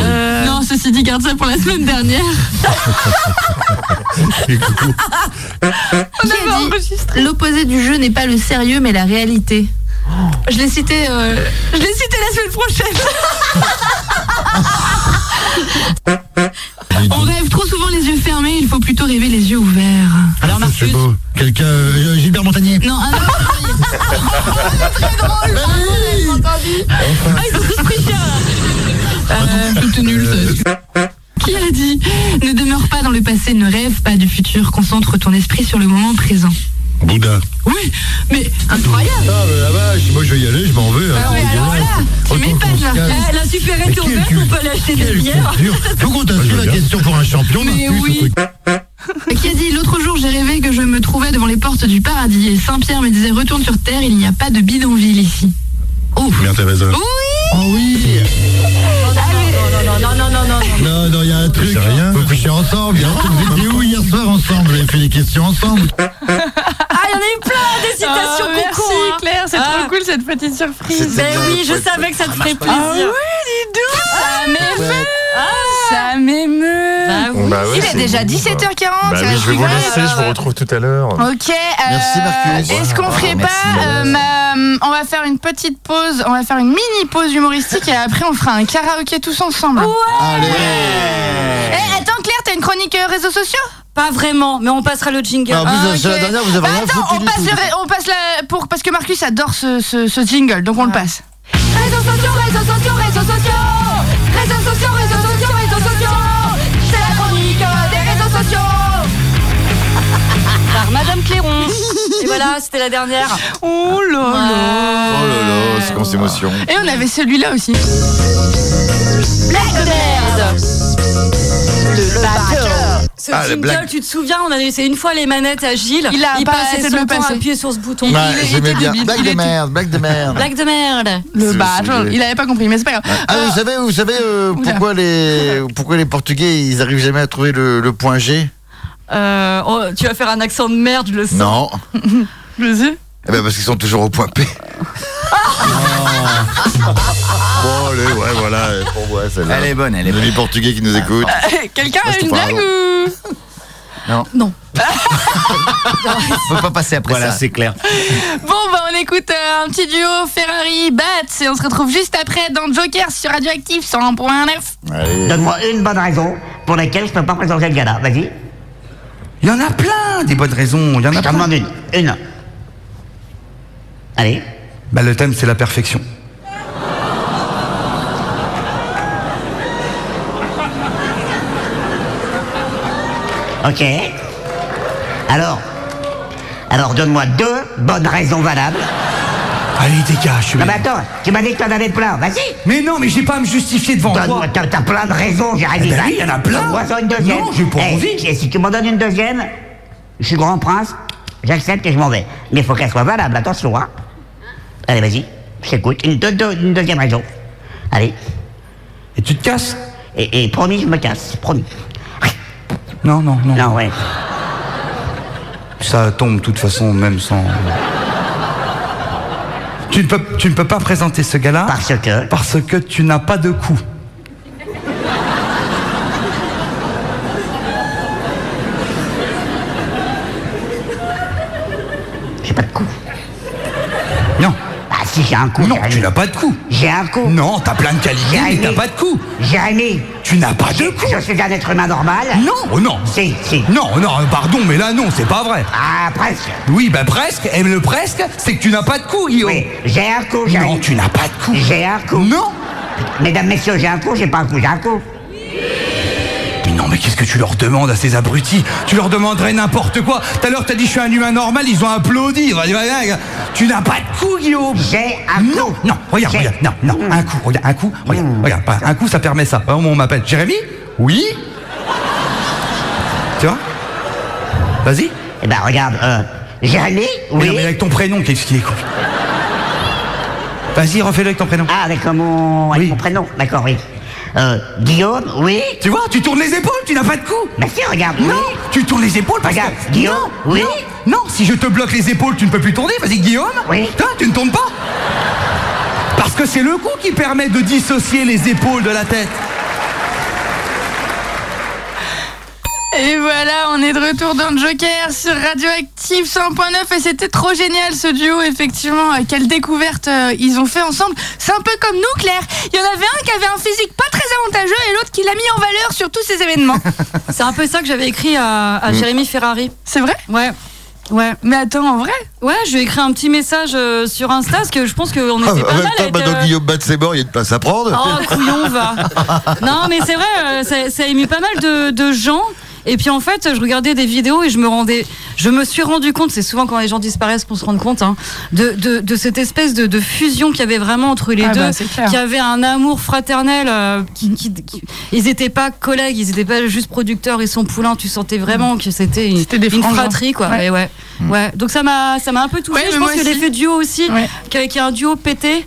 Speaker 1: Euh, Non, ceci dit, garde ça pour la semaine dernière. [laughs] On avait enregistré. L'opposé du jeu n'est pas le sérieux, mais la réalité. Je l'ai cité, euh, je l'ai cité la semaine prochaine. On rêve trop souvent les yeux fermés, il faut plutôt rêver les yeux ouverts.
Speaker 8: Alors C'est beau. Quelqu'un euh, Gilbert Montagnier.
Speaker 1: Non, un autre. Très drôle. Ah, j'ai entendu. Ah, ils ont tous pris cher. Euh, tout nul, ça. Qui a dit Ne demeure pas dans le passé, ne rêve pas du futur, concentre ton esprit sur le moment présent.
Speaker 11: Bouddha.
Speaker 1: Oui, mais incroyable
Speaker 8: Ah bah, là-bas, moi je vais y aller, je m'en veux. hein,
Speaker 1: Ah ouais,
Speaker 8: c'est
Speaker 1: alors
Speaker 8: dégueulasse.
Speaker 1: Tu Eh,
Speaker 8: Autant qu'on
Speaker 1: m'épates,
Speaker 8: se
Speaker 1: là.
Speaker 8: calme.
Speaker 2: la supérette
Speaker 8: Mais
Speaker 2: est
Speaker 8: quelle
Speaker 2: ouverte,
Speaker 8: cul-
Speaker 2: on peut aller acheter des
Speaker 8: Quelle
Speaker 2: bières.
Speaker 8: culture. Faut qu'on t'a su la question pour un champion.
Speaker 1: Mais
Speaker 8: d'un coup, ce
Speaker 1: oui.
Speaker 8: truc.
Speaker 1: Qui a dit L'autre jour, j'ai rêvé que je me trouvais devant les portes du paradis et Saint-Pierre me disait Retourne sur terre, il n'y a pas de bidonville ici.
Speaker 11: Mère Teresa.
Speaker 8: Oh
Speaker 11: Bah
Speaker 8: oui
Speaker 2: Non, non, non, non, non.
Speaker 8: Non, non, il y a un truc.
Speaker 11: c'est rien.
Speaker 8: Faut coucher ensemble. Il y a un truc vous étiez où hier soir ensemble. Vous avez fait des questions ensemble.
Speaker 2: Ah, il y en a eu plein des citations
Speaker 1: Ah, merci
Speaker 2: concours. hein.
Speaker 1: Claire, c'est
Speaker 2: Ah.
Speaker 1: trop cool cette petite surprise. Ah
Speaker 2: Ben oui, je savais que ça te ferait plaisir. Ah,
Speaker 1: Ça m'émeut Ah, Ça m'émeut
Speaker 2: Bah oui.
Speaker 11: Bah ouais,
Speaker 1: Il est
Speaker 11: c'est
Speaker 1: déjà
Speaker 11: bon,
Speaker 1: 17h40.
Speaker 11: Bah oui, je vais vous laisser, je vous retrouve tout à l'heure.
Speaker 1: Ok, euh,
Speaker 3: Merci, Marcus.
Speaker 1: est-ce
Speaker 11: bah,
Speaker 1: qu'on ferait
Speaker 4: Merci,
Speaker 1: pas, euh,
Speaker 4: Marcus.
Speaker 1: ma- on va faire une petite pause, on va faire une mini pause humoristique et après on fera un karaoké tous ensemble.
Speaker 3: Allez
Speaker 1: Eh, attends Claire, t'as une chronique euh, réseaux sociaux
Speaker 2: Pas vraiment, mais on passera le jingle.
Speaker 3: Ah, vous, c'est
Speaker 1: ok.
Speaker 3: la dernière, vous avez
Speaker 1: Bah
Speaker 3: rien
Speaker 1: attends,
Speaker 3: foutu
Speaker 1: on
Speaker 3: du
Speaker 1: passe,
Speaker 3: tout.
Speaker 1: le ré- on passe la, pour, parce que Marcus adore ce, ce- ce jingle, donc on le passe.
Speaker 2: Réseaux sociaux, réseaux sociaux, réseaux sociaux Réseaux sociaux, réseaux sociaux, réseaux sociaux C'est la chronique des réseaux sociaux Par Madame Cléron Et voilà, c'était la dernière
Speaker 1: Oh là
Speaker 3: Oh là là, c'est qu'on
Speaker 1: Ah.
Speaker 3: s'émotionne.
Speaker 1: Et on avait celui-là aussi.
Speaker 2: Blague de merde Le batteur Ce
Speaker 3: Ah, la
Speaker 2: jingle,
Speaker 3: blague.
Speaker 2: tu te souviens, on a laissé une fois les manettes à Gilles
Speaker 1: Il a pas
Speaker 2: passait
Speaker 1: arrêté de
Speaker 2: son
Speaker 1: le
Speaker 2: temps à
Speaker 1: passer.
Speaker 2: appuyer sur ce bouton
Speaker 3: Ouais,
Speaker 1: il
Speaker 3: Bah, j'aimais
Speaker 1: était
Speaker 3: bien.
Speaker 1: débile,
Speaker 3: Blague
Speaker 1: il
Speaker 3: de
Speaker 1: était-
Speaker 3: merde, blague de merde.
Speaker 2: Blague de merde
Speaker 1: Le
Speaker 3: C'est-
Speaker 1: badge,
Speaker 3: c'est-
Speaker 1: il avait pas compris, mais c'est pas grave.
Speaker 3: Ah,
Speaker 1: Euh,
Speaker 3: vous savez, vous savez euh,
Speaker 1: Oula.
Speaker 3: pourquoi les pourquoi les Portugais ils arrivent jamais à trouver le, le point G
Speaker 2: Euh, oh, Tu vas faire un accent de merde, je le sens [laughs]
Speaker 3: Non.
Speaker 1: Vas-y.
Speaker 3: Eh ben parce qu'ils sont toujours au point P. Bon, allez, ouais, voilà, euh, pour moi, celle-là.
Speaker 4: Elle est bonne, elle est bonne. Ah,
Speaker 3: Les Portugais qui nous écoutent.
Speaker 2: Euh,
Speaker 1: Quelqu'un
Speaker 3: Moi,
Speaker 1: a
Speaker 3: je te
Speaker 1: une
Speaker 3: parle.
Speaker 1: blague ou
Speaker 4: On peut pas passer après
Speaker 10: Voilà,
Speaker 4: ça.
Speaker 10: c'est clair.
Speaker 1: Bon, bah, on écoute euh, un petit duo Ferrari Bats et on se retrouve juste après dans Joker sur Radioactive 101.9.
Speaker 3: Allez.
Speaker 6: Donne-moi une bonne raison pour laquelle je peux pas présenter le gala. Vas-y.
Speaker 12: Il y en a plein des bonnes raisons, il y en
Speaker 6: Je
Speaker 12: a
Speaker 6: t'en
Speaker 12: plein.
Speaker 6: demande une. Une. Allez.
Speaker 12: Bah, le thème, c'est la perfection.
Speaker 6: Ok. Alors. Alors, donne-moi deux bonnes raisons valables.
Speaker 12: Allez, dégage. je
Speaker 6: Non,
Speaker 12: vais-
Speaker 6: mais attends, tu m'as dit que t'en avais plein. Vas-y.
Speaker 12: Mais non, mais j'ai pas à me justifier devant toi.
Speaker 6: Donne-moi, t'as t'as plein de raisons, j'ai rien dit.
Speaker 12: ben
Speaker 6: ça.
Speaker 12: oui, y'en a plein.
Speaker 6: Donne-moi ça une deuxième.
Speaker 12: Non, j'ai pas
Speaker 6: Eh,
Speaker 12: envie.
Speaker 6: si- si tu m'en donnes une deuxième, je suis grand prince, j'accepte et je m'en vais. Mais il faut qu'elle soit valable, attention, hein. Allez, vas-y, je t'écoute. Une, deux- deux- une deuxième raison. Allez.
Speaker 12: Et tu te casses
Speaker 6: Et, et promis, je me casse, promis.
Speaker 12: Non, non, non.
Speaker 6: Non, ouais.
Speaker 12: Ça tombe de toute façon, même sans. Tu ne, peux, tu ne peux pas présenter ce gars-là
Speaker 6: Parce que-
Speaker 12: Parce que tu n'as pas de coup.
Speaker 6: J'ai pas de coup.
Speaker 12: Non.
Speaker 6: Ah, si, j'ai un coup.
Speaker 12: Non,
Speaker 6: Jérémy.
Speaker 12: tu n'as pas de coup.
Speaker 6: J'ai un coup.
Speaker 12: Non, t'as plein de qualités, mais
Speaker 6: Jérémy.
Speaker 12: t'as pas de coup.
Speaker 6: Jérémy.
Speaker 12: Tu n'as pas de
Speaker 6: Je
Speaker 12: coup.
Speaker 6: suis un être humain normal.
Speaker 12: Non, oh non.
Speaker 6: Si, si.
Speaker 12: Non, non, pardon, mais là, non, c'est pas vrai.
Speaker 6: Ah, presque.
Speaker 12: Oui, bah presque. Et le presque, c'est que tu n'as pas de coup, Guillaume.
Speaker 6: Oui, j'ai un coup, Jérémy.
Speaker 12: Non, tu n'as pas de coup.
Speaker 6: J'ai un coup.
Speaker 12: Non
Speaker 6: Mesdames, messieurs, j'ai un coup, j'ai pas un coup, j'ai un coup.
Speaker 12: Mais non, mais qu'est-ce que tu leur demandes à ces abrutis Tu leur demanderais n'importe quoi. Tout à l'heure, t'as dit je suis un humain normal, ils ont applaudi. Vas-y, vas-y, vas-y. Tu n'as pas de coup, Guillaume.
Speaker 6: J'ai un coup. Mm.
Speaker 12: Non, non, regarde, regarde, non, non, un coup, regarde, un coup, regarde, regarde, voilà, un coup, ça permet ça. Au moment où on m'appelle. Jérémy Oui Tu vois Vas-y.
Speaker 6: Eh ben, regarde, euh, Jérémy
Speaker 12: Oui. Mais non, mais avec ton prénom, qu'est-ce qui est con Vas-y, refais-le avec ton prénom.
Speaker 6: Ah, avec mon, avec mon prénom, d'accord, oui. Euh, Guillaume, oui.
Speaker 12: Tu vois, tu tournes les épaules, tu n'as pas de coup.
Speaker 6: Mais si, regarde,
Speaker 12: Non, tu tournes les épaules parce
Speaker 6: Regarde,
Speaker 12: que.
Speaker 6: Guillaume,
Speaker 12: non,
Speaker 6: oui.
Speaker 12: non, non, si je te bloque les épaules, tu ne peux plus tourner. Vas-y, Guillaume. Oui. Toi, tu ne tournes pas. Parce que c'est le coup qui permet de dissocier les épaules de la tête.
Speaker 1: Et voilà, on est de retour dans le Joker sur Radioactive 100.9 et c'était trop génial ce duo, effectivement. Euh, Quelle découverte euh, ils ont fait ensemble. C'est un peu comme nous, Claire. Il y en avait un qui avait un physique pas très avantageux et l'autre qui l'a mis en valeur sur tous ces événements.
Speaker 2: [laughs] C'est un peu ça que j'avais écrit à, à
Speaker 1: Mm.
Speaker 2: Jérémy Ferrari.
Speaker 1: C'est vrai
Speaker 2: Ouais. Ouais.
Speaker 1: Mais attends, en vrai
Speaker 2: Ouais, je lui ai écrit un petit message euh, sur Insta parce que je pense
Speaker 3: [laughs]
Speaker 2: qu'on
Speaker 3: Ah,
Speaker 2: était pas
Speaker 3: en même
Speaker 2: mal.
Speaker 3: temps,
Speaker 2: à être,
Speaker 3: maintenant
Speaker 2: euh,
Speaker 3: que Guillaume bat ses bords, il y a une place à prendre.
Speaker 2: Oh, couillon, va
Speaker 3: [laughs]
Speaker 2: Non, mais c'est vrai, euh, ça, ça a ému pas mal de, de gens. Et puis en fait, je regardais des vidéos et je me rendais, je me suis rendu compte. C'est souvent quand les gens disparaissent qu'on se rend compte hein, de, de, de cette espèce de, de fusion qu'il y avait vraiment entre les
Speaker 1: Ah
Speaker 2: deux,
Speaker 1: bah, c'est clair.
Speaker 2: qu'il y avait un amour fraternel. euh, qui, qui- qui- ils n'étaient pas collègues, ils n'étaient pas juste producteurs et son poulain. Tu sentais vraiment que c'était une,
Speaker 1: des
Speaker 2: une
Speaker 1: frangins.
Speaker 2: fratrie, quoi.
Speaker 1: Ouais.
Speaker 2: Et ouais, ouais. Donc ça m'a, ça m'a un peu touché.
Speaker 1: Ouais, mais
Speaker 2: je pense
Speaker 1: moi
Speaker 2: que
Speaker 1: aussi.
Speaker 2: l'effet duo aussi, qu'avec un duo pété.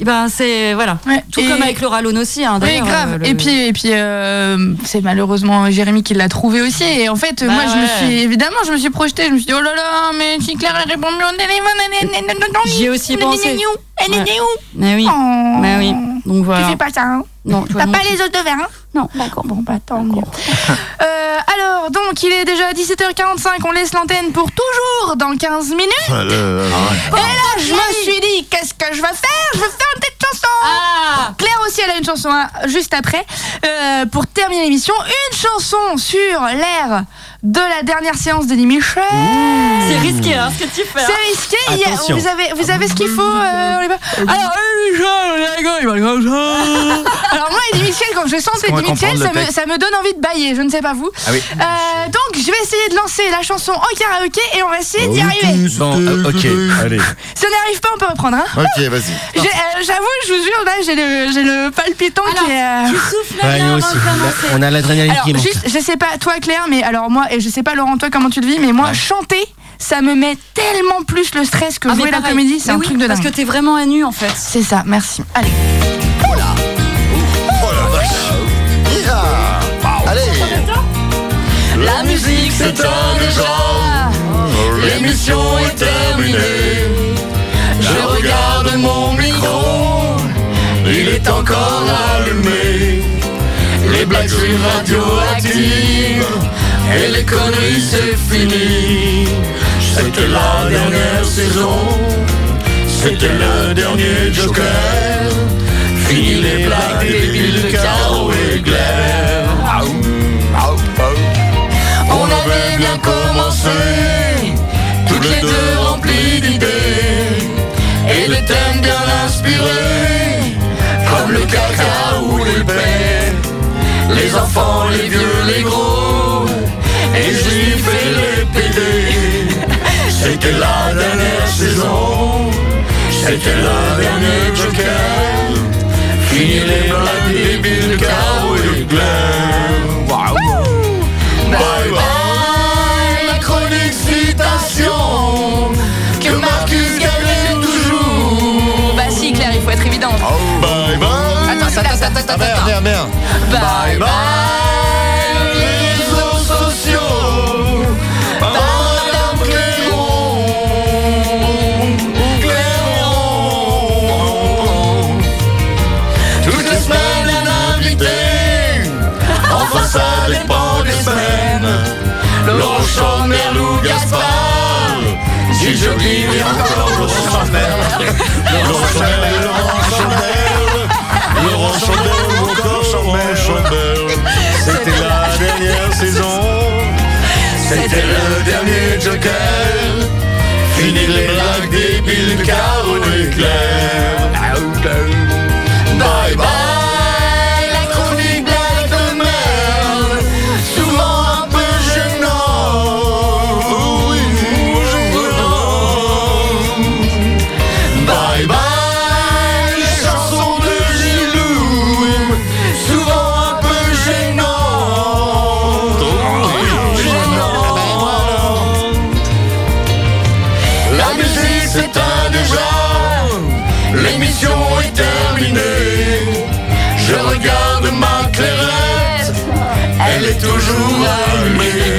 Speaker 2: eh Ben c'est voilà, tout
Speaker 1: Et-
Speaker 2: comme avec Laura Lone aussi. Hein,
Speaker 1: Oui,
Speaker 2: d'ailleurs,
Speaker 1: grave.
Speaker 2: euh, le-
Speaker 1: Et puis, et puis euh, c'est malheureusement Jérémy qui l'a trouvé aussi. Et en fait,
Speaker 2: Bah
Speaker 1: moi, je me
Speaker 2: ouais.
Speaker 1: suis évidemment, je me suis projetée. Je me suis dit, oh là là, mais si Claire elle répond mieux au téléphone,
Speaker 2: J'y ai aussi pensé.
Speaker 1: Elle est
Speaker 2: Ouais.
Speaker 1: née où
Speaker 2: Mais oui.
Speaker 1: Oh.
Speaker 2: Mais Bah oui. Donc
Speaker 1: Tu
Speaker 2: voilà.
Speaker 1: fais pas ça, hein
Speaker 2: Non, toi
Speaker 1: T'as
Speaker 2: non
Speaker 1: pas
Speaker 2: plus.
Speaker 1: les autres de verre, hein Non, d'accord, bon, bah tant mieux. [laughs] Euh, alors, donc, il est déjà 17h45, on laisse l'antenne pour toujours dans 15 minutes.
Speaker 3: Ah là là là.
Speaker 1: Et là, je me suis dit, qu'est-ce que je vais faire Je vais faire une petite chanson
Speaker 2: Ah.
Speaker 1: Claire aussi, elle a une chanson hein, juste après. Euh, pour terminer l'émission, une chanson sur l'air de la dernière séance de l'émission.
Speaker 2: C'est risqué, hein, ce que tu fais. hein.
Speaker 1: C'est risqué, il y a-
Speaker 2: Attention.
Speaker 1: vous avez, vous avez ce qu'il faut. euh, on est pas- Alors, euh, Michel, on est d'accord, il va comme
Speaker 13: [laughs]
Speaker 1: ça. Alors moi, Eddie Michel, quand je sens
Speaker 13: qu'on va
Speaker 1: Eddie Michel,
Speaker 13: comprendre le
Speaker 1: ça me,
Speaker 13: texte.
Speaker 1: ça me donne envie de bailler, je ne sais pas vous.
Speaker 13: Ah oui.
Speaker 1: Euh, donc, je vais essayer de lancer la chanson en karaoké et on va essayer d'y
Speaker 3: Oh,
Speaker 1: arriver.
Speaker 3: tous,
Speaker 10: euh,
Speaker 3: tous,
Speaker 4: euh,
Speaker 3: tous.
Speaker 1: Si on n'y arrive pas, on peut reprendre. Hein.
Speaker 3: Ok, vas-y.
Speaker 1: J'ai- euh, J'avoue, je vous jure, là, j'ai le, j'ai le palpitant qui est. euh,
Speaker 10: Ouais, nous aussi. On a l'adrénaline
Speaker 1: alors,
Speaker 10: qui monte.
Speaker 1: juste, je sais pas toi Claire, mais alors moi, et je sais pas Laurent, toi comment tu le vis, mais moi, chanter, ça me met tellement plus le stress que
Speaker 2: Ah, mais
Speaker 1: jouer la
Speaker 2: pareil.
Speaker 1: comédie, c'est
Speaker 2: Mais
Speaker 1: un
Speaker 2: oui,
Speaker 1: truc de dingue.
Speaker 2: parce que t'es vraiment à nu en fait.
Speaker 1: C'est ça, merci. Allez.
Speaker 3: Oh la vache. Hiya. Allez.
Speaker 13: La musique s'éteint déjà, l'émission est terminée. Je regarde mon micro, il est encore allumé. Les blagues sur radioactives et les conneries c'est fini. C'était la dernière saison, c'était le dernier joker. Fini les blagues débiles de Caro et Claire. On avait bien commencé, toutes les deux remplies d'idées et de thèmes bien inspirés, comme le caca ou les bêtes, les enfants, les vieux, les gros, et juifs et les pédés. C'était la dernière saison, c'était la dernière joker. Fini les blagues débiles de Caro et de Glenn. Bye bye, la chronique citation que Marcus gagne toujours.
Speaker 1: Bah si Claire, il faut être évident.
Speaker 3: Ah Bye bye.
Speaker 1: Attends, attends, attends, attends, attends.
Speaker 3: Bah Ah, Merde, merde.
Speaker 13: Bye bye les réseaux sociaux. Madame Cléron, Cléron. Toutes les semaines un invité. Enfin ça dépend des semaines. Laurent Chandler, Lou Gaspard. Si je dis oui, encore Laurent Chandler. Laurent Chandler, Laurent Chandler. Laurent Chandler, encore Chandler, Chandler. C'était la dernière saison. C'était le dernier Joker. Fini les blagues débiles, Caro et Claire. Bye bye. elle est toujours allumée.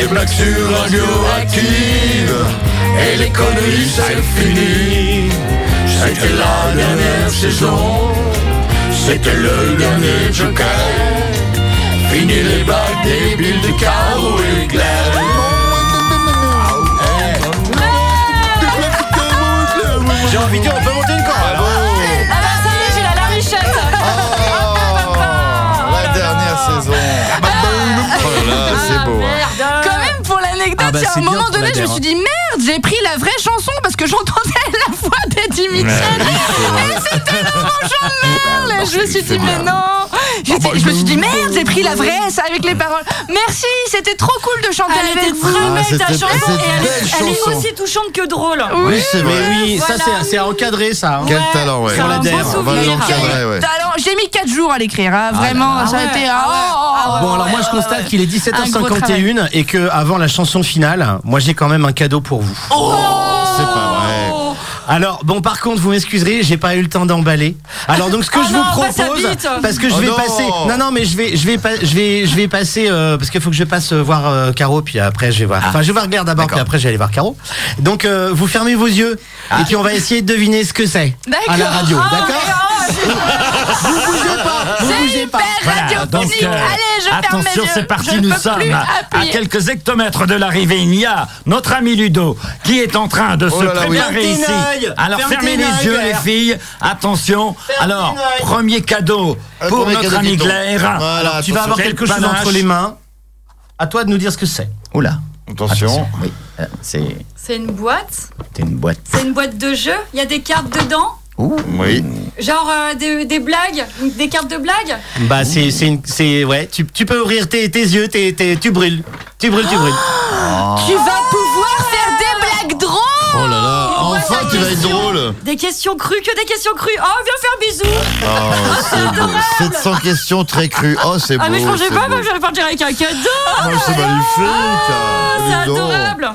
Speaker 13: Les blagues sur radioactives et les conneries, c'est fini. C'était la dernière saison, c'était le dernier joker. Fini les blagues débiles de Caro et Claire.
Speaker 5: oh,
Speaker 10: J'ai envie de dire, on peut monter une Oh.
Speaker 2: Ah
Speaker 10: chorale.
Speaker 2: bah ça y est, j'ai la larmichette.
Speaker 13: Ah,
Speaker 3: La dernière saison. Ah, bah, Oh là,
Speaker 2: Ah,
Speaker 3: c'est beau. hein.
Speaker 1: Quand même, pour l'anecdote,
Speaker 3: Ah bah,
Speaker 1: il y a
Speaker 3: c'est
Speaker 1: un
Speaker 3: bien
Speaker 1: moment
Speaker 3: pour la
Speaker 1: donné, je me
Speaker 3: guerre, hein.
Speaker 1: suis dit merde, j'ai pris la vraie chanson parce que j'entendais [laughs] la voix d'Eddie Mitchell.
Speaker 3: hein.
Speaker 1: Et c'était la
Speaker 3: Eh ben,
Speaker 1: manche en merle. Je me suis dit, mais non. J'étais-
Speaker 3: bah,
Speaker 1: je me suis dit, merde, j'ai pris la vraie, ça, avec les paroles. Merci, c'était trop cool de chanter
Speaker 2: Elle
Speaker 1: avec
Speaker 2: était
Speaker 1: vous.
Speaker 2: très Ah, belle, ta c'était- chanson,
Speaker 3: c'était et elle est-
Speaker 2: Elle est aussi touchante que drôle.
Speaker 3: Oui, Oui, c'est vrai.
Speaker 10: Mais oui, ça,
Speaker 2: Voilà.
Speaker 10: c'est- c'est à encadrer, ça. hein.
Speaker 3: Quel talent, ouais.
Speaker 10: Sur la DER,
Speaker 3: On va l'encadrer, ouais. Ah, bah,
Speaker 1: Alors, j'ai mis 4 jours à l'écrire, hein, vraiment, ça a été. ah, oh, oh, oh.
Speaker 10: Bon alors moi je constate qu'il est
Speaker 1: Un gros travail.
Speaker 10: 17h51 et que avant la chanson finale, moi j'ai quand même un cadeau pour vous.
Speaker 13: Oh,
Speaker 10: Oh.
Speaker 3: C'est pas vrai.
Speaker 10: Alors bon par contre vous m'excuserez, j'ai pas eu le temps d'emballer. Alors donc ce que
Speaker 2: Oh
Speaker 10: je
Speaker 2: non,
Speaker 10: vous
Speaker 2: pas sa
Speaker 10: propose
Speaker 2: bite.
Speaker 10: parce que je
Speaker 2: Oh
Speaker 10: vais
Speaker 2: non.
Speaker 10: passer Non non mais je vais je vais pas je vais je vais passer euh, parce qu'il faut que je passe euh, voir euh, Caro puis après je vais
Speaker 2: Ah.
Speaker 10: voir. Enfin je vais voir Claire d'abord puis après je vais aller voir Caro. Donc euh, vous fermez vos yeux
Speaker 2: Ah.
Speaker 10: et puis on va essayer de deviner ce que c'est à la radio,
Speaker 2: Oh,
Speaker 1: Ah,
Speaker 10: d'accord
Speaker 1: mais oh, c'est-
Speaker 10: Vous bougez pas, vous
Speaker 1: C'est
Speaker 10: bougez pas.
Speaker 1: hyper
Speaker 10: Voilà,
Speaker 1: radiophonique.
Speaker 14: donc, euh,
Speaker 1: Allez, je ferme mes
Speaker 14: attention,
Speaker 1: yeux.
Speaker 14: c'est parti,
Speaker 1: Je
Speaker 14: nous
Speaker 1: peux plus
Speaker 14: sommes à
Speaker 1: appuyer.
Speaker 14: quelques hectomètres de l'arrivée. Il y a notre ami Ludo qui est en train de
Speaker 9: Oh
Speaker 14: se
Speaker 9: là là, oui.
Speaker 14: préparer
Speaker 9: Ferme
Speaker 14: ici.
Speaker 9: tes oeils,
Speaker 14: Alors
Speaker 9: ferme
Speaker 14: fermez
Speaker 9: tes oeils,
Speaker 14: les yeux, les
Speaker 9: Claire.
Speaker 14: filles. Attention. Alors,
Speaker 9: tes oeils.
Speaker 14: premier cadeau
Speaker 10: Euh,
Speaker 14: pour
Speaker 10: premier
Speaker 14: notre
Speaker 10: cadeau,
Speaker 14: ami
Speaker 10: dis donc.
Speaker 14: Glaire.
Speaker 10: Voilà, tu vas avoir quelque chose entre les mains. À toi de nous dire ce que c'est.
Speaker 4: Oula.
Speaker 3: Attention.
Speaker 4: Oui, euh, c'est
Speaker 2: C'est une boîte.
Speaker 4: c'est une boîte.
Speaker 2: C'est une boîte de jeu. Il y a des cartes dedans.
Speaker 3: Oui.
Speaker 2: Genre euh, des, des blagues, des cartes de blagues.
Speaker 10: Bah c'est c'est une- c'est ouais tu, tu peux ouvrir tes, tes yeux tes, tes- tu brûles tu brûles tu brûles. Ah.
Speaker 3: Ah.
Speaker 1: Tu vas pouvoir faire des blagues drôles.
Speaker 3: Oh là là,
Speaker 2: Et moi,
Speaker 3: enfin,
Speaker 2: la
Speaker 3: tu vas être
Speaker 2: question-
Speaker 3: drôle.
Speaker 2: Des questions crues, que des questions crues. Oh, viens faire bisous.
Speaker 3: Oh, c'est beau. 700 questions très crues. Oh, c'est beau.
Speaker 2: Ah, mais je pensais
Speaker 3: c'est
Speaker 2: pas,
Speaker 3: beau.
Speaker 2: moi, j'allais partir avec un cadeau.
Speaker 10: Ah,
Speaker 3: Oh, c'est magnifique.
Speaker 2: C'est
Speaker 3: Dis donc.
Speaker 2: adorable.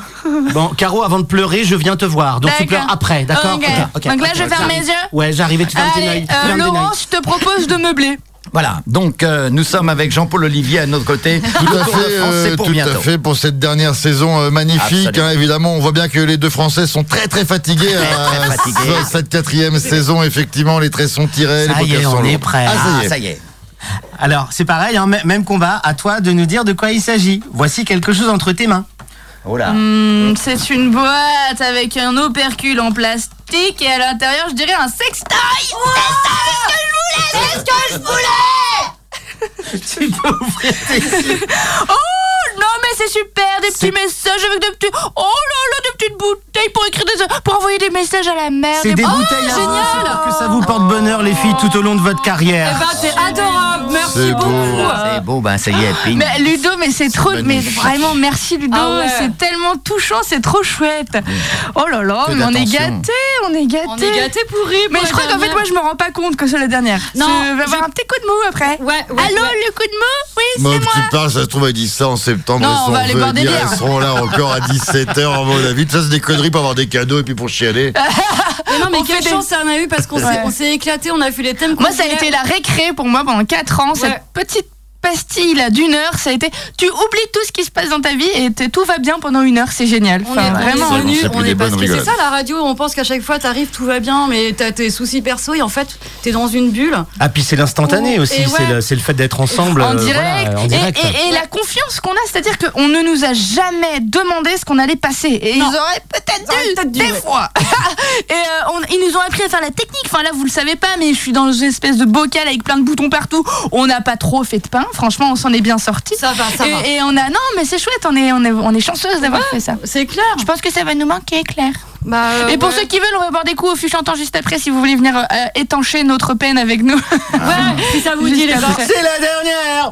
Speaker 10: Bon Caro avant de pleurer je viens te voir donc tu
Speaker 1: D'accord.
Speaker 10: pleures après d'accord.
Speaker 1: Ok.
Speaker 10: Ok, ok,
Speaker 1: Donc là,
Speaker 10: ok,
Speaker 1: je
Speaker 10: ok,
Speaker 1: ferme
Speaker 10: j'arrive.
Speaker 1: mes yeux
Speaker 10: Ouais j'arrive et tu fermes tes
Speaker 1: Allez,
Speaker 10: oeils. tu
Speaker 1: euh,
Speaker 10: fermes tes
Speaker 1: Laurent,
Speaker 10: oeils.
Speaker 1: je te propose de meubler.
Speaker 4: Voilà, donc euh, nous sommes avec Jean-Paul Olivier à
Speaker 2: [laughs]
Speaker 4: notre côté.
Speaker 3: Tout
Speaker 4: Le
Speaker 3: à
Speaker 4: Tour de
Speaker 3: fait,
Speaker 4: France,
Speaker 3: euh,
Speaker 4: c'est pour
Speaker 3: tout
Speaker 4: bientôt.
Speaker 3: à fait pour cette dernière saison euh, magnifique.
Speaker 4: Absolument.
Speaker 3: hein, évidemment, on voit bien que les deux Français sont très très fatigués.
Speaker 4: très
Speaker 3: à
Speaker 4: fatigués.
Speaker 3: ce- Cette quatrième saison, effectivement, les traits sont tirés,
Speaker 10: Ça
Speaker 3: les
Speaker 10: y est,
Speaker 3: podcasts sont
Speaker 10: on est
Speaker 3: lourds.
Speaker 10: prêt.
Speaker 3: Ah,
Speaker 10: Ah, ça y est. Alors c'est pareil hein, m- même combat à toi de nous dire de quoi il s'agit. Voici quelque chose entre tes mains.
Speaker 4: Oh là.
Speaker 1: Hmm, c'est une boîte avec un opercule en plastique et à l'intérieur, je dirais un sextoy. Oh, C'est ça, c'est ce que je voulais, c'est ce que je voulais.
Speaker 10: tu peux ouvrir tes yeux.
Speaker 1: Oh non, mais c'est super, des petits messages avec des petits. Oh là là, des petites bouteilles pour écrire des. pour envoyer des messages à la mer.
Speaker 10: C'est des
Speaker 1: Oh,
Speaker 10: bouteilles hein. à vin, c'est
Speaker 1: génial.
Speaker 10: pour que ça vous porte bonheur les filles tout au long de votre
Speaker 2: Eh
Speaker 10: carrière.
Speaker 2: ben, c'est adorable. Merci beaucoup. hein.
Speaker 4: C'est beau, ben ça y est, ping.
Speaker 1: Mais Ludo, mais c'est trop. Mais
Speaker 4: magnifique.
Speaker 1: vraiment, merci Ludo.
Speaker 2: Ah ouais.
Speaker 1: C'est tellement touchant, c'est trop chouette. Oh là là,
Speaker 4: Que
Speaker 1: mais on est
Speaker 4: d'attention.
Speaker 1: gâtés, on est gâtés.
Speaker 2: On est gâtés pourris.
Speaker 1: Mais je crois qu'en fait, moi, je me rends pas compte que c'est la dernière.
Speaker 2: Non,
Speaker 1: Je vais
Speaker 2: je-
Speaker 1: avoir un petit coup de mou après.
Speaker 2: Ouais, ouais,
Speaker 1: Allô,
Speaker 2: ouais.
Speaker 1: le coup de mou Oui,
Speaker 3: Moi,
Speaker 1: c'est moi.
Speaker 3: tu parles, ça se trouve, elle dit ça en septembre.
Speaker 1: Non,
Speaker 3: elles
Speaker 1: on
Speaker 3: sont
Speaker 1: va aller
Speaker 3: venues,
Speaker 1: boire des bières.
Speaker 3: Elles seront là encore à 17h, à mon avis. Ça, c'est des conneries pour avoir des cadeaux et puis pour chialer.
Speaker 2: Mais non, mais
Speaker 1: On
Speaker 2: quelle
Speaker 1: fait des-
Speaker 2: chance ça en a eu parce qu'on s'est-
Speaker 1: Ouais.
Speaker 2: on s'est éclaté, on a vu les thèmes qu'on
Speaker 1: Moi, ça a
Speaker 2: voulait.
Speaker 1: été la récré pour moi pendant 4 ans. Cette petite pastille là d'une heure, ça a été. Tu oublies tout ce qui se passe dans ta vie et t- tout va bien pendant une heure. C'est génial.
Speaker 2: On
Speaker 1: Enfin,
Speaker 2: est
Speaker 1: vraiment.
Speaker 2: vraiment
Speaker 3: c'est plus
Speaker 2: on
Speaker 3: des
Speaker 2: est pas
Speaker 3: bonnes
Speaker 2: stressé. C'est
Speaker 3: rigolades.
Speaker 2: ça la radio, on pense qu'à chaque fois t'arrives, tout va bien, mais t'as tes soucis perso et en fait t'es dans une bulle.
Speaker 10: Ah puis c'est l'instantané
Speaker 2: Ouh,
Speaker 10: aussi,
Speaker 2: Oh, et
Speaker 10: c'est
Speaker 2: ouais.
Speaker 10: le, c'est le fait d'être ensemble
Speaker 1: en
Speaker 10: euh,
Speaker 1: direct,
Speaker 10: voilà, en
Speaker 1: Et-
Speaker 10: direct.
Speaker 1: et, et la confiance qu'on a, c'est-à-dire qu'on ne nous a jamais demandé ce qu'on allait passer. Et
Speaker 2: Non.
Speaker 1: ils auraient peut-être dû, des fois. [laughs] et euh, on- ils nous ont appris à faire la technique. Enfin là, vous le savez pas, mais je suis dans une espèce de bocal avec plein de boutons partout. On n'a pas trop fait de pain. Franchement, on s'en est bien sorti.
Speaker 2: Ça va, Ah bah, ça
Speaker 1: et,
Speaker 2: va. Ah,
Speaker 1: et on a non, mais c'est chouette. On est, on est, on est chanceuse d'avoir fait ça.
Speaker 2: C'est clair.
Speaker 1: Je pense que ça va nous manquer, Claire.
Speaker 2: Bah, euh,
Speaker 1: Et pour
Speaker 2: ouais.
Speaker 1: ceux qui veulent, on va boire des coups au fût chantant juste après si vous voulez venir euh, étancher notre peine avec nous.
Speaker 3: Ah.
Speaker 2: Ouais, si ça vous dit les
Speaker 1: Juste
Speaker 2: gens.
Speaker 1: après.
Speaker 10: C'est la dernière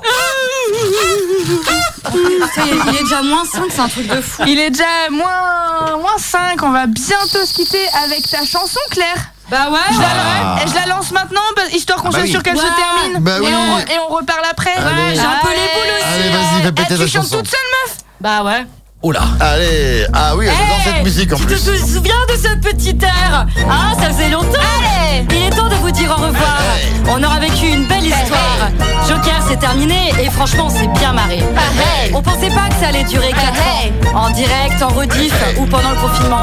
Speaker 2: Ça y est, Il est déjà moins 5, c'est un truc de fou.
Speaker 1: Il est déjà moins, moins 5, on va bientôt se quitter avec ta chanson Claire.
Speaker 2: Bah ouais,
Speaker 1: Je, la, je la lance maintenant, bah, histoire qu'on
Speaker 3: Ah bah
Speaker 1: soit
Speaker 3: oui.
Speaker 1: sûr qu'elle
Speaker 2: Ouais.
Speaker 1: se termine.
Speaker 3: Bah oui.
Speaker 1: et, on, re- et on reparle après.
Speaker 3: Allez.
Speaker 2: j'ai un peu les boules aussi.
Speaker 3: Allez, vas-y, fais péter
Speaker 1: Eh,
Speaker 3: ta
Speaker 1: tu chantes
Speaker 3: chanson.
Speaker 1: toute seule, meuf
Speaker 2: Bah ouais.
Speaker 10: Oh là
Speaker 3: Allez, ah oui, j'adore cette musique en
Speaker 2: Eh, Tu te
Speaker 3: plus.
Speaker 2: te souviens de ce petit air Ah, ça faisait longtemps Il est temps de vous dire au revoir. On aura vécu une belle histoire. Joker, c'est c'est terminé et franchement, c'est bien marré. On pensait pas que ça allait durer 4 ans. En direct, en rediff ou pendant le confinement.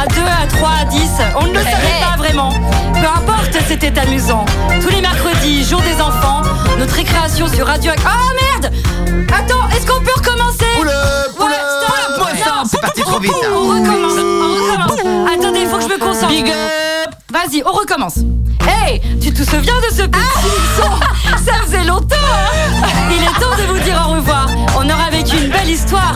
Speaker 2: À 2, à 3, à 10, on ne le savait pas vraiment. Peu importe, c'était amusant. Tous les mercredis, jour des enfants, notre récréation sur Radio Ac- Oh merde Attends, est-ce qu'on peut recommencer Ouais, stop Non, pou- pou- pou- pou- On recommence, on recommence. Attendez, il faut que je me concentre. Vas-y, on recommence. Hey, tu te souviens de ce petit son Ça faisait longtemps. hein Il est temps de vous dire au revoir. On aura vécu une belle histoire.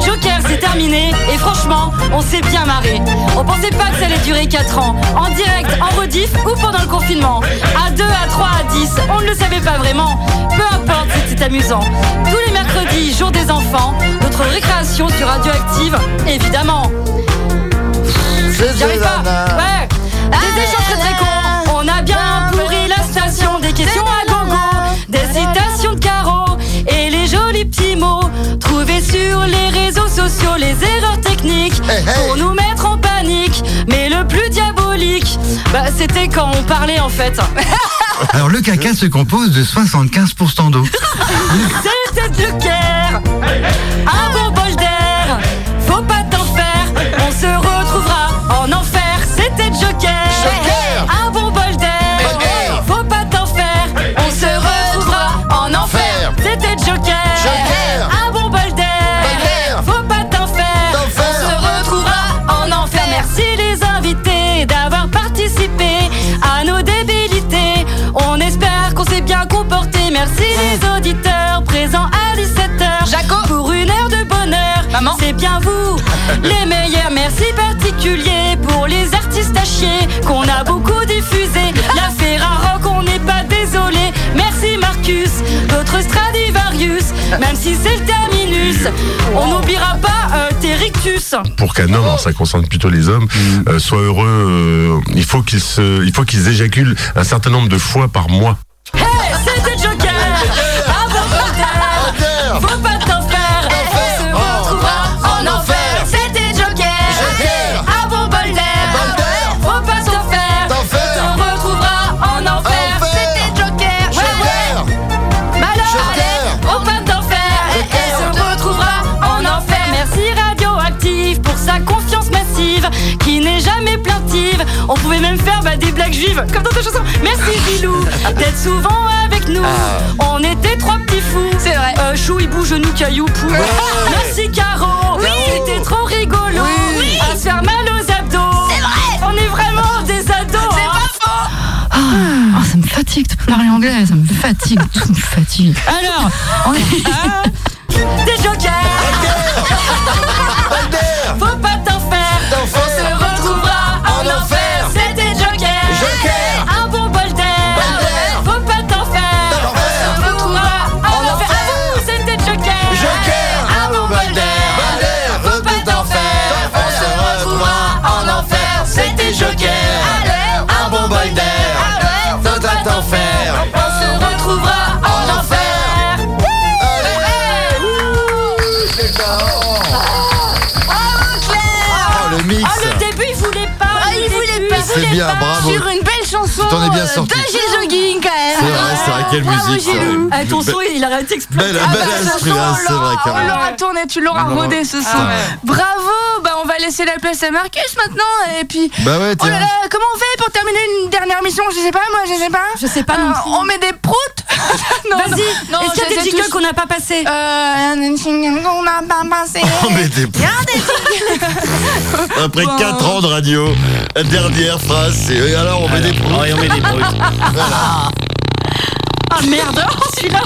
Speaker 2: Joker, c'est terminé. Et franchement, on s'est bien marré. On pensait pas que ça allait durer 4 ans. En direct, en rediff ou pendant le confinement. À 2, à 3, à 10, on ne le savait pas vraiment. Peu importe, c'était amusant. Tous les mercredis, jour des enfants, notre récréation sur Radioactive, évidemment. J'y arrive pas. Ouais. Des échanges très très cons. On a Ah, bien pourri la station. Des questions à gogo. Des citations de carreaux. Et les jolis petits mots. Trouvés sur les réseaux sociaux. Les erreurs techniques. Pour nous mettre en panique. Mais le plus diabolique, bah, c'était quand on parlait en fait. [laughs]
Speaker 8: Alors le caca se compose de 75% d'eau.
Speaker 2: C'était de l'équerre, un bon bol d'air. Faut pas t'en faire, on se retrouvera en enfer. C'était Joker, un bon bol d'air. Faut pas t'en faire, on se retrouvera en enfer. C'était Joker, un bon bol d'air. Faut pas t'en faire, on se retrouvera en enfer. Merci les invités d'avoir participé à nos débilités. On espère qu'on s'est bien comporté. Merci les auditeurs présents à 17h. Jaco pour une heure de bonheur. Maman, c'est bien [laughs] vous les meilleurs. Merci particulier pour les artistes à chier qu'on a beaucoup diffusé. La Ferrarock, on n'est pas désolé. Merci Marcus, notre Stradivarius. Même si c'est le terminus, on n'oubliera pas euh, tes rictus.
Speaker 11: pour qu'un homme, alors ça concerne plutôt les hommes, euh, soit heureux, euh, il faut qu'ils se, il faut qu'ils éjaculent un certain nombre de fois par mois.
Speaker 2: Hey, c'était Joker Un bon bordel Faut pas t'en faire On se retrouvera en enfer C'était Joker Un bon bol d'air Faut pas t'en faire On se retrouvera en enfer C'était Joker Ouais ouais Malade Faut pas t'en faire On se retrouvera en enfer Merci Radioactive pour sa confiance massive Qui n'est jamais plaintive On pouvait même faire bah, des blagues juives Comme dans ta chanson Merci Bilou d'être souvent avec nous
Speaker 13: Ah.
Speaker 2: on était trois petits fous. C'est vrai. Euh, chou, hibou, genou, caillou, pou. Merci Caro. Oui. C'était trop rigolo. Oui. À se faire mal aux abdos. C'est vrai. On est vraiment des ados. hein. C'est pas faux.
Speaker 15: Ah, ça me fatigue de parler anglais, ça me fatigue, tout me
Speaker 2: [laughs]
Speaker 15: fatigue.
Speaker 2: Alors, on est. Des jokers Faut pas t'en faire On se retrouvera en enfer C'était Joker Un bon bol d'air Faut pas t'en faire On se retrouvera en enfer À vous, C'était Joker Un bon bol d'air Faut pas t'en faire On se retrouvera en enfer C'était Joker Un bon bol d'air Faut pas t'en faire On se retrouvera en enfer
Speaker 3: Oh, le mix.
Speaker 1: Ah, le
Speaker 2: début, Ah, il voulait pas.
Speaker 1: il voulait pas.
Speaker 3: C'est bien, bravo.
Speaker 1: Sur une belle chanson.
Speaker 3: T'en es bien
Speaker 1: euh,
Speaker 3: sorti.
Speaker 1: De Gilles Jogging, quand même.
Speaker 3: C'est vrai, c'est vrai, quelle
Speaker 1: Bravo, Ah, bah,
Speaker 3: musique,
Speaker 1: Gilou.
Speaker 3: c'est vrai. Ah, ton son,
Speaker 2: Oui, il arrête d'exploser.
Speaker 3: Belle, belle instru, hein, c'est
Speaker 1: Ah,
Speaker 3: vrai,
Speaker 1: on
Speaker 3: carrément.
Speaker 1: l'aura tourné, tu l'auras
Speaker 3: Ah,
Speaker 1: rodé ce soir.
Speaker 3: ouais.
Speaker 1: Bravo, bah on va laisser la place à Marcus maintenant et puis.
Speaker 3: Bah ouais,
Speaker 1: Oh là
Speaker 3: tiens.
Speaker 1: là, comment on fait pour terminer une dernière mission Je sais pas, moi, je sais pas. Je sais pas. on met des proutes. [laughs]
Speaker 2: Vas-y, est-ce qu'il y a des jingles qu'on
Speaker 1: n'a pas passé Euh, des jingles qu'on n'a pas passé.
Speaker 3: On met des proutes. Après [laughs]
Speaker 1: Bon.
Speaker 3: 4 ans de radio, la dernière phrase, c'est Ah, et alors on
Speaker 10: Ah
Speaker 3: met des proutes.
Speaker 10: on met des
Speaker 3: Voilà.
Speaker 2: Ah merde, oh, celui-là,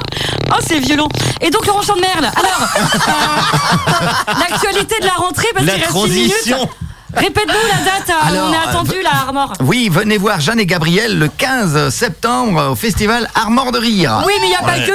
Speaker 2: oh c'est violent. Et donc Laurent Champ de Merle. Alors, euh, l'actualité de la rentrée parce
Speaker 4: La
Speaker 2: qu'il reste une
Speaker 4: transition.
Speaker 2: minute. Répète-nous la date. euh,
Speaker 4: Alors,
Speaker 2: on
Speaker 4: euh,
Speaker 2: a attendu la Armor.
Speaker 4: Oui, venez voir Jeanne et Gabriel le 15 septembre au festival Armor de Rire. Ah.
Speaker 2: Oui, mais il n'y a pas
Speaker 4: Ouais.
Speaker 2: que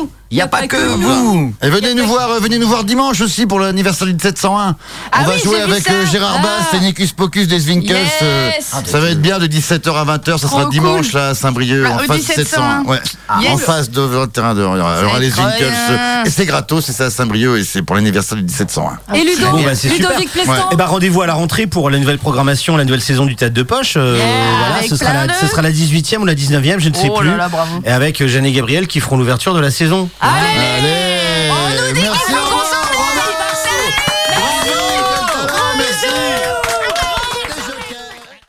Speaker 2: nous.
Speaker 3: Il n'y a, pas, que, vous. Et venez nous voir, euh, venez nous voir dimanche aussi pour l'anniversaire du 701.
Speaker 13: Ah
Speaker 3: On va
Speaker 13: oui,
Speaker 3: jouer
Speaker 13: j'ai vu
Speaker 3: avec
Speaker 13: ça. Ah.
Speaker 3: euh, Gérard Bass, et Nicus Pocus des Zwinkels.
Speaker 13: Yes. Ah,
Speaker 3: euh, ça va être bien de 17h à 20h. Ça
Speaker 13: Trop
Speaker 3: sera
Speaker 13: cool.
Speaker 3: dimanche là, à Saint-Brieuc,
Speaker 13: Ah,
Speaker 3: en
Speaker 13: au
Speaker 3: face du
Speaker 13: 701.
Speaker 3: 701. Ouais.
Speaker 13: Yes.
Speaker 3: En face de le terrain de. Il y aura- il y aura les
Speaker 13: Ah, Incroyable.
Speaker 3: Zwinkels. euh, Et c'est gratos. Et c'est à Saint-Brieuc. Et c'est pour l'anniversaire du hein. 1701.
Speaker 2: Et Ludo-
Speaker 10: Bon, bah, c'est super.
Speaker 2: Ludovic Plestan.
Speaker 10: Et bah, rendez-vous à la rentrée pour la nouvelle programmation, la nouvelle saison du Tête de Poche. Euh, voilà,
Speaker 2: avec
Speaker 10: ce, sera
Speaker 2: plein
Speaker 10: la,
Speaker 2: de-
Speaker 10: ce sera la 18e ou la 19e, je ne sais
Speaker 2: Oh là
Speaker 10: plus.
Speaker 2: là, bravo.
Speaker 10: Et avec euh, Jeanne et Gabriel qui feront l'ouverture de la saison. Allez,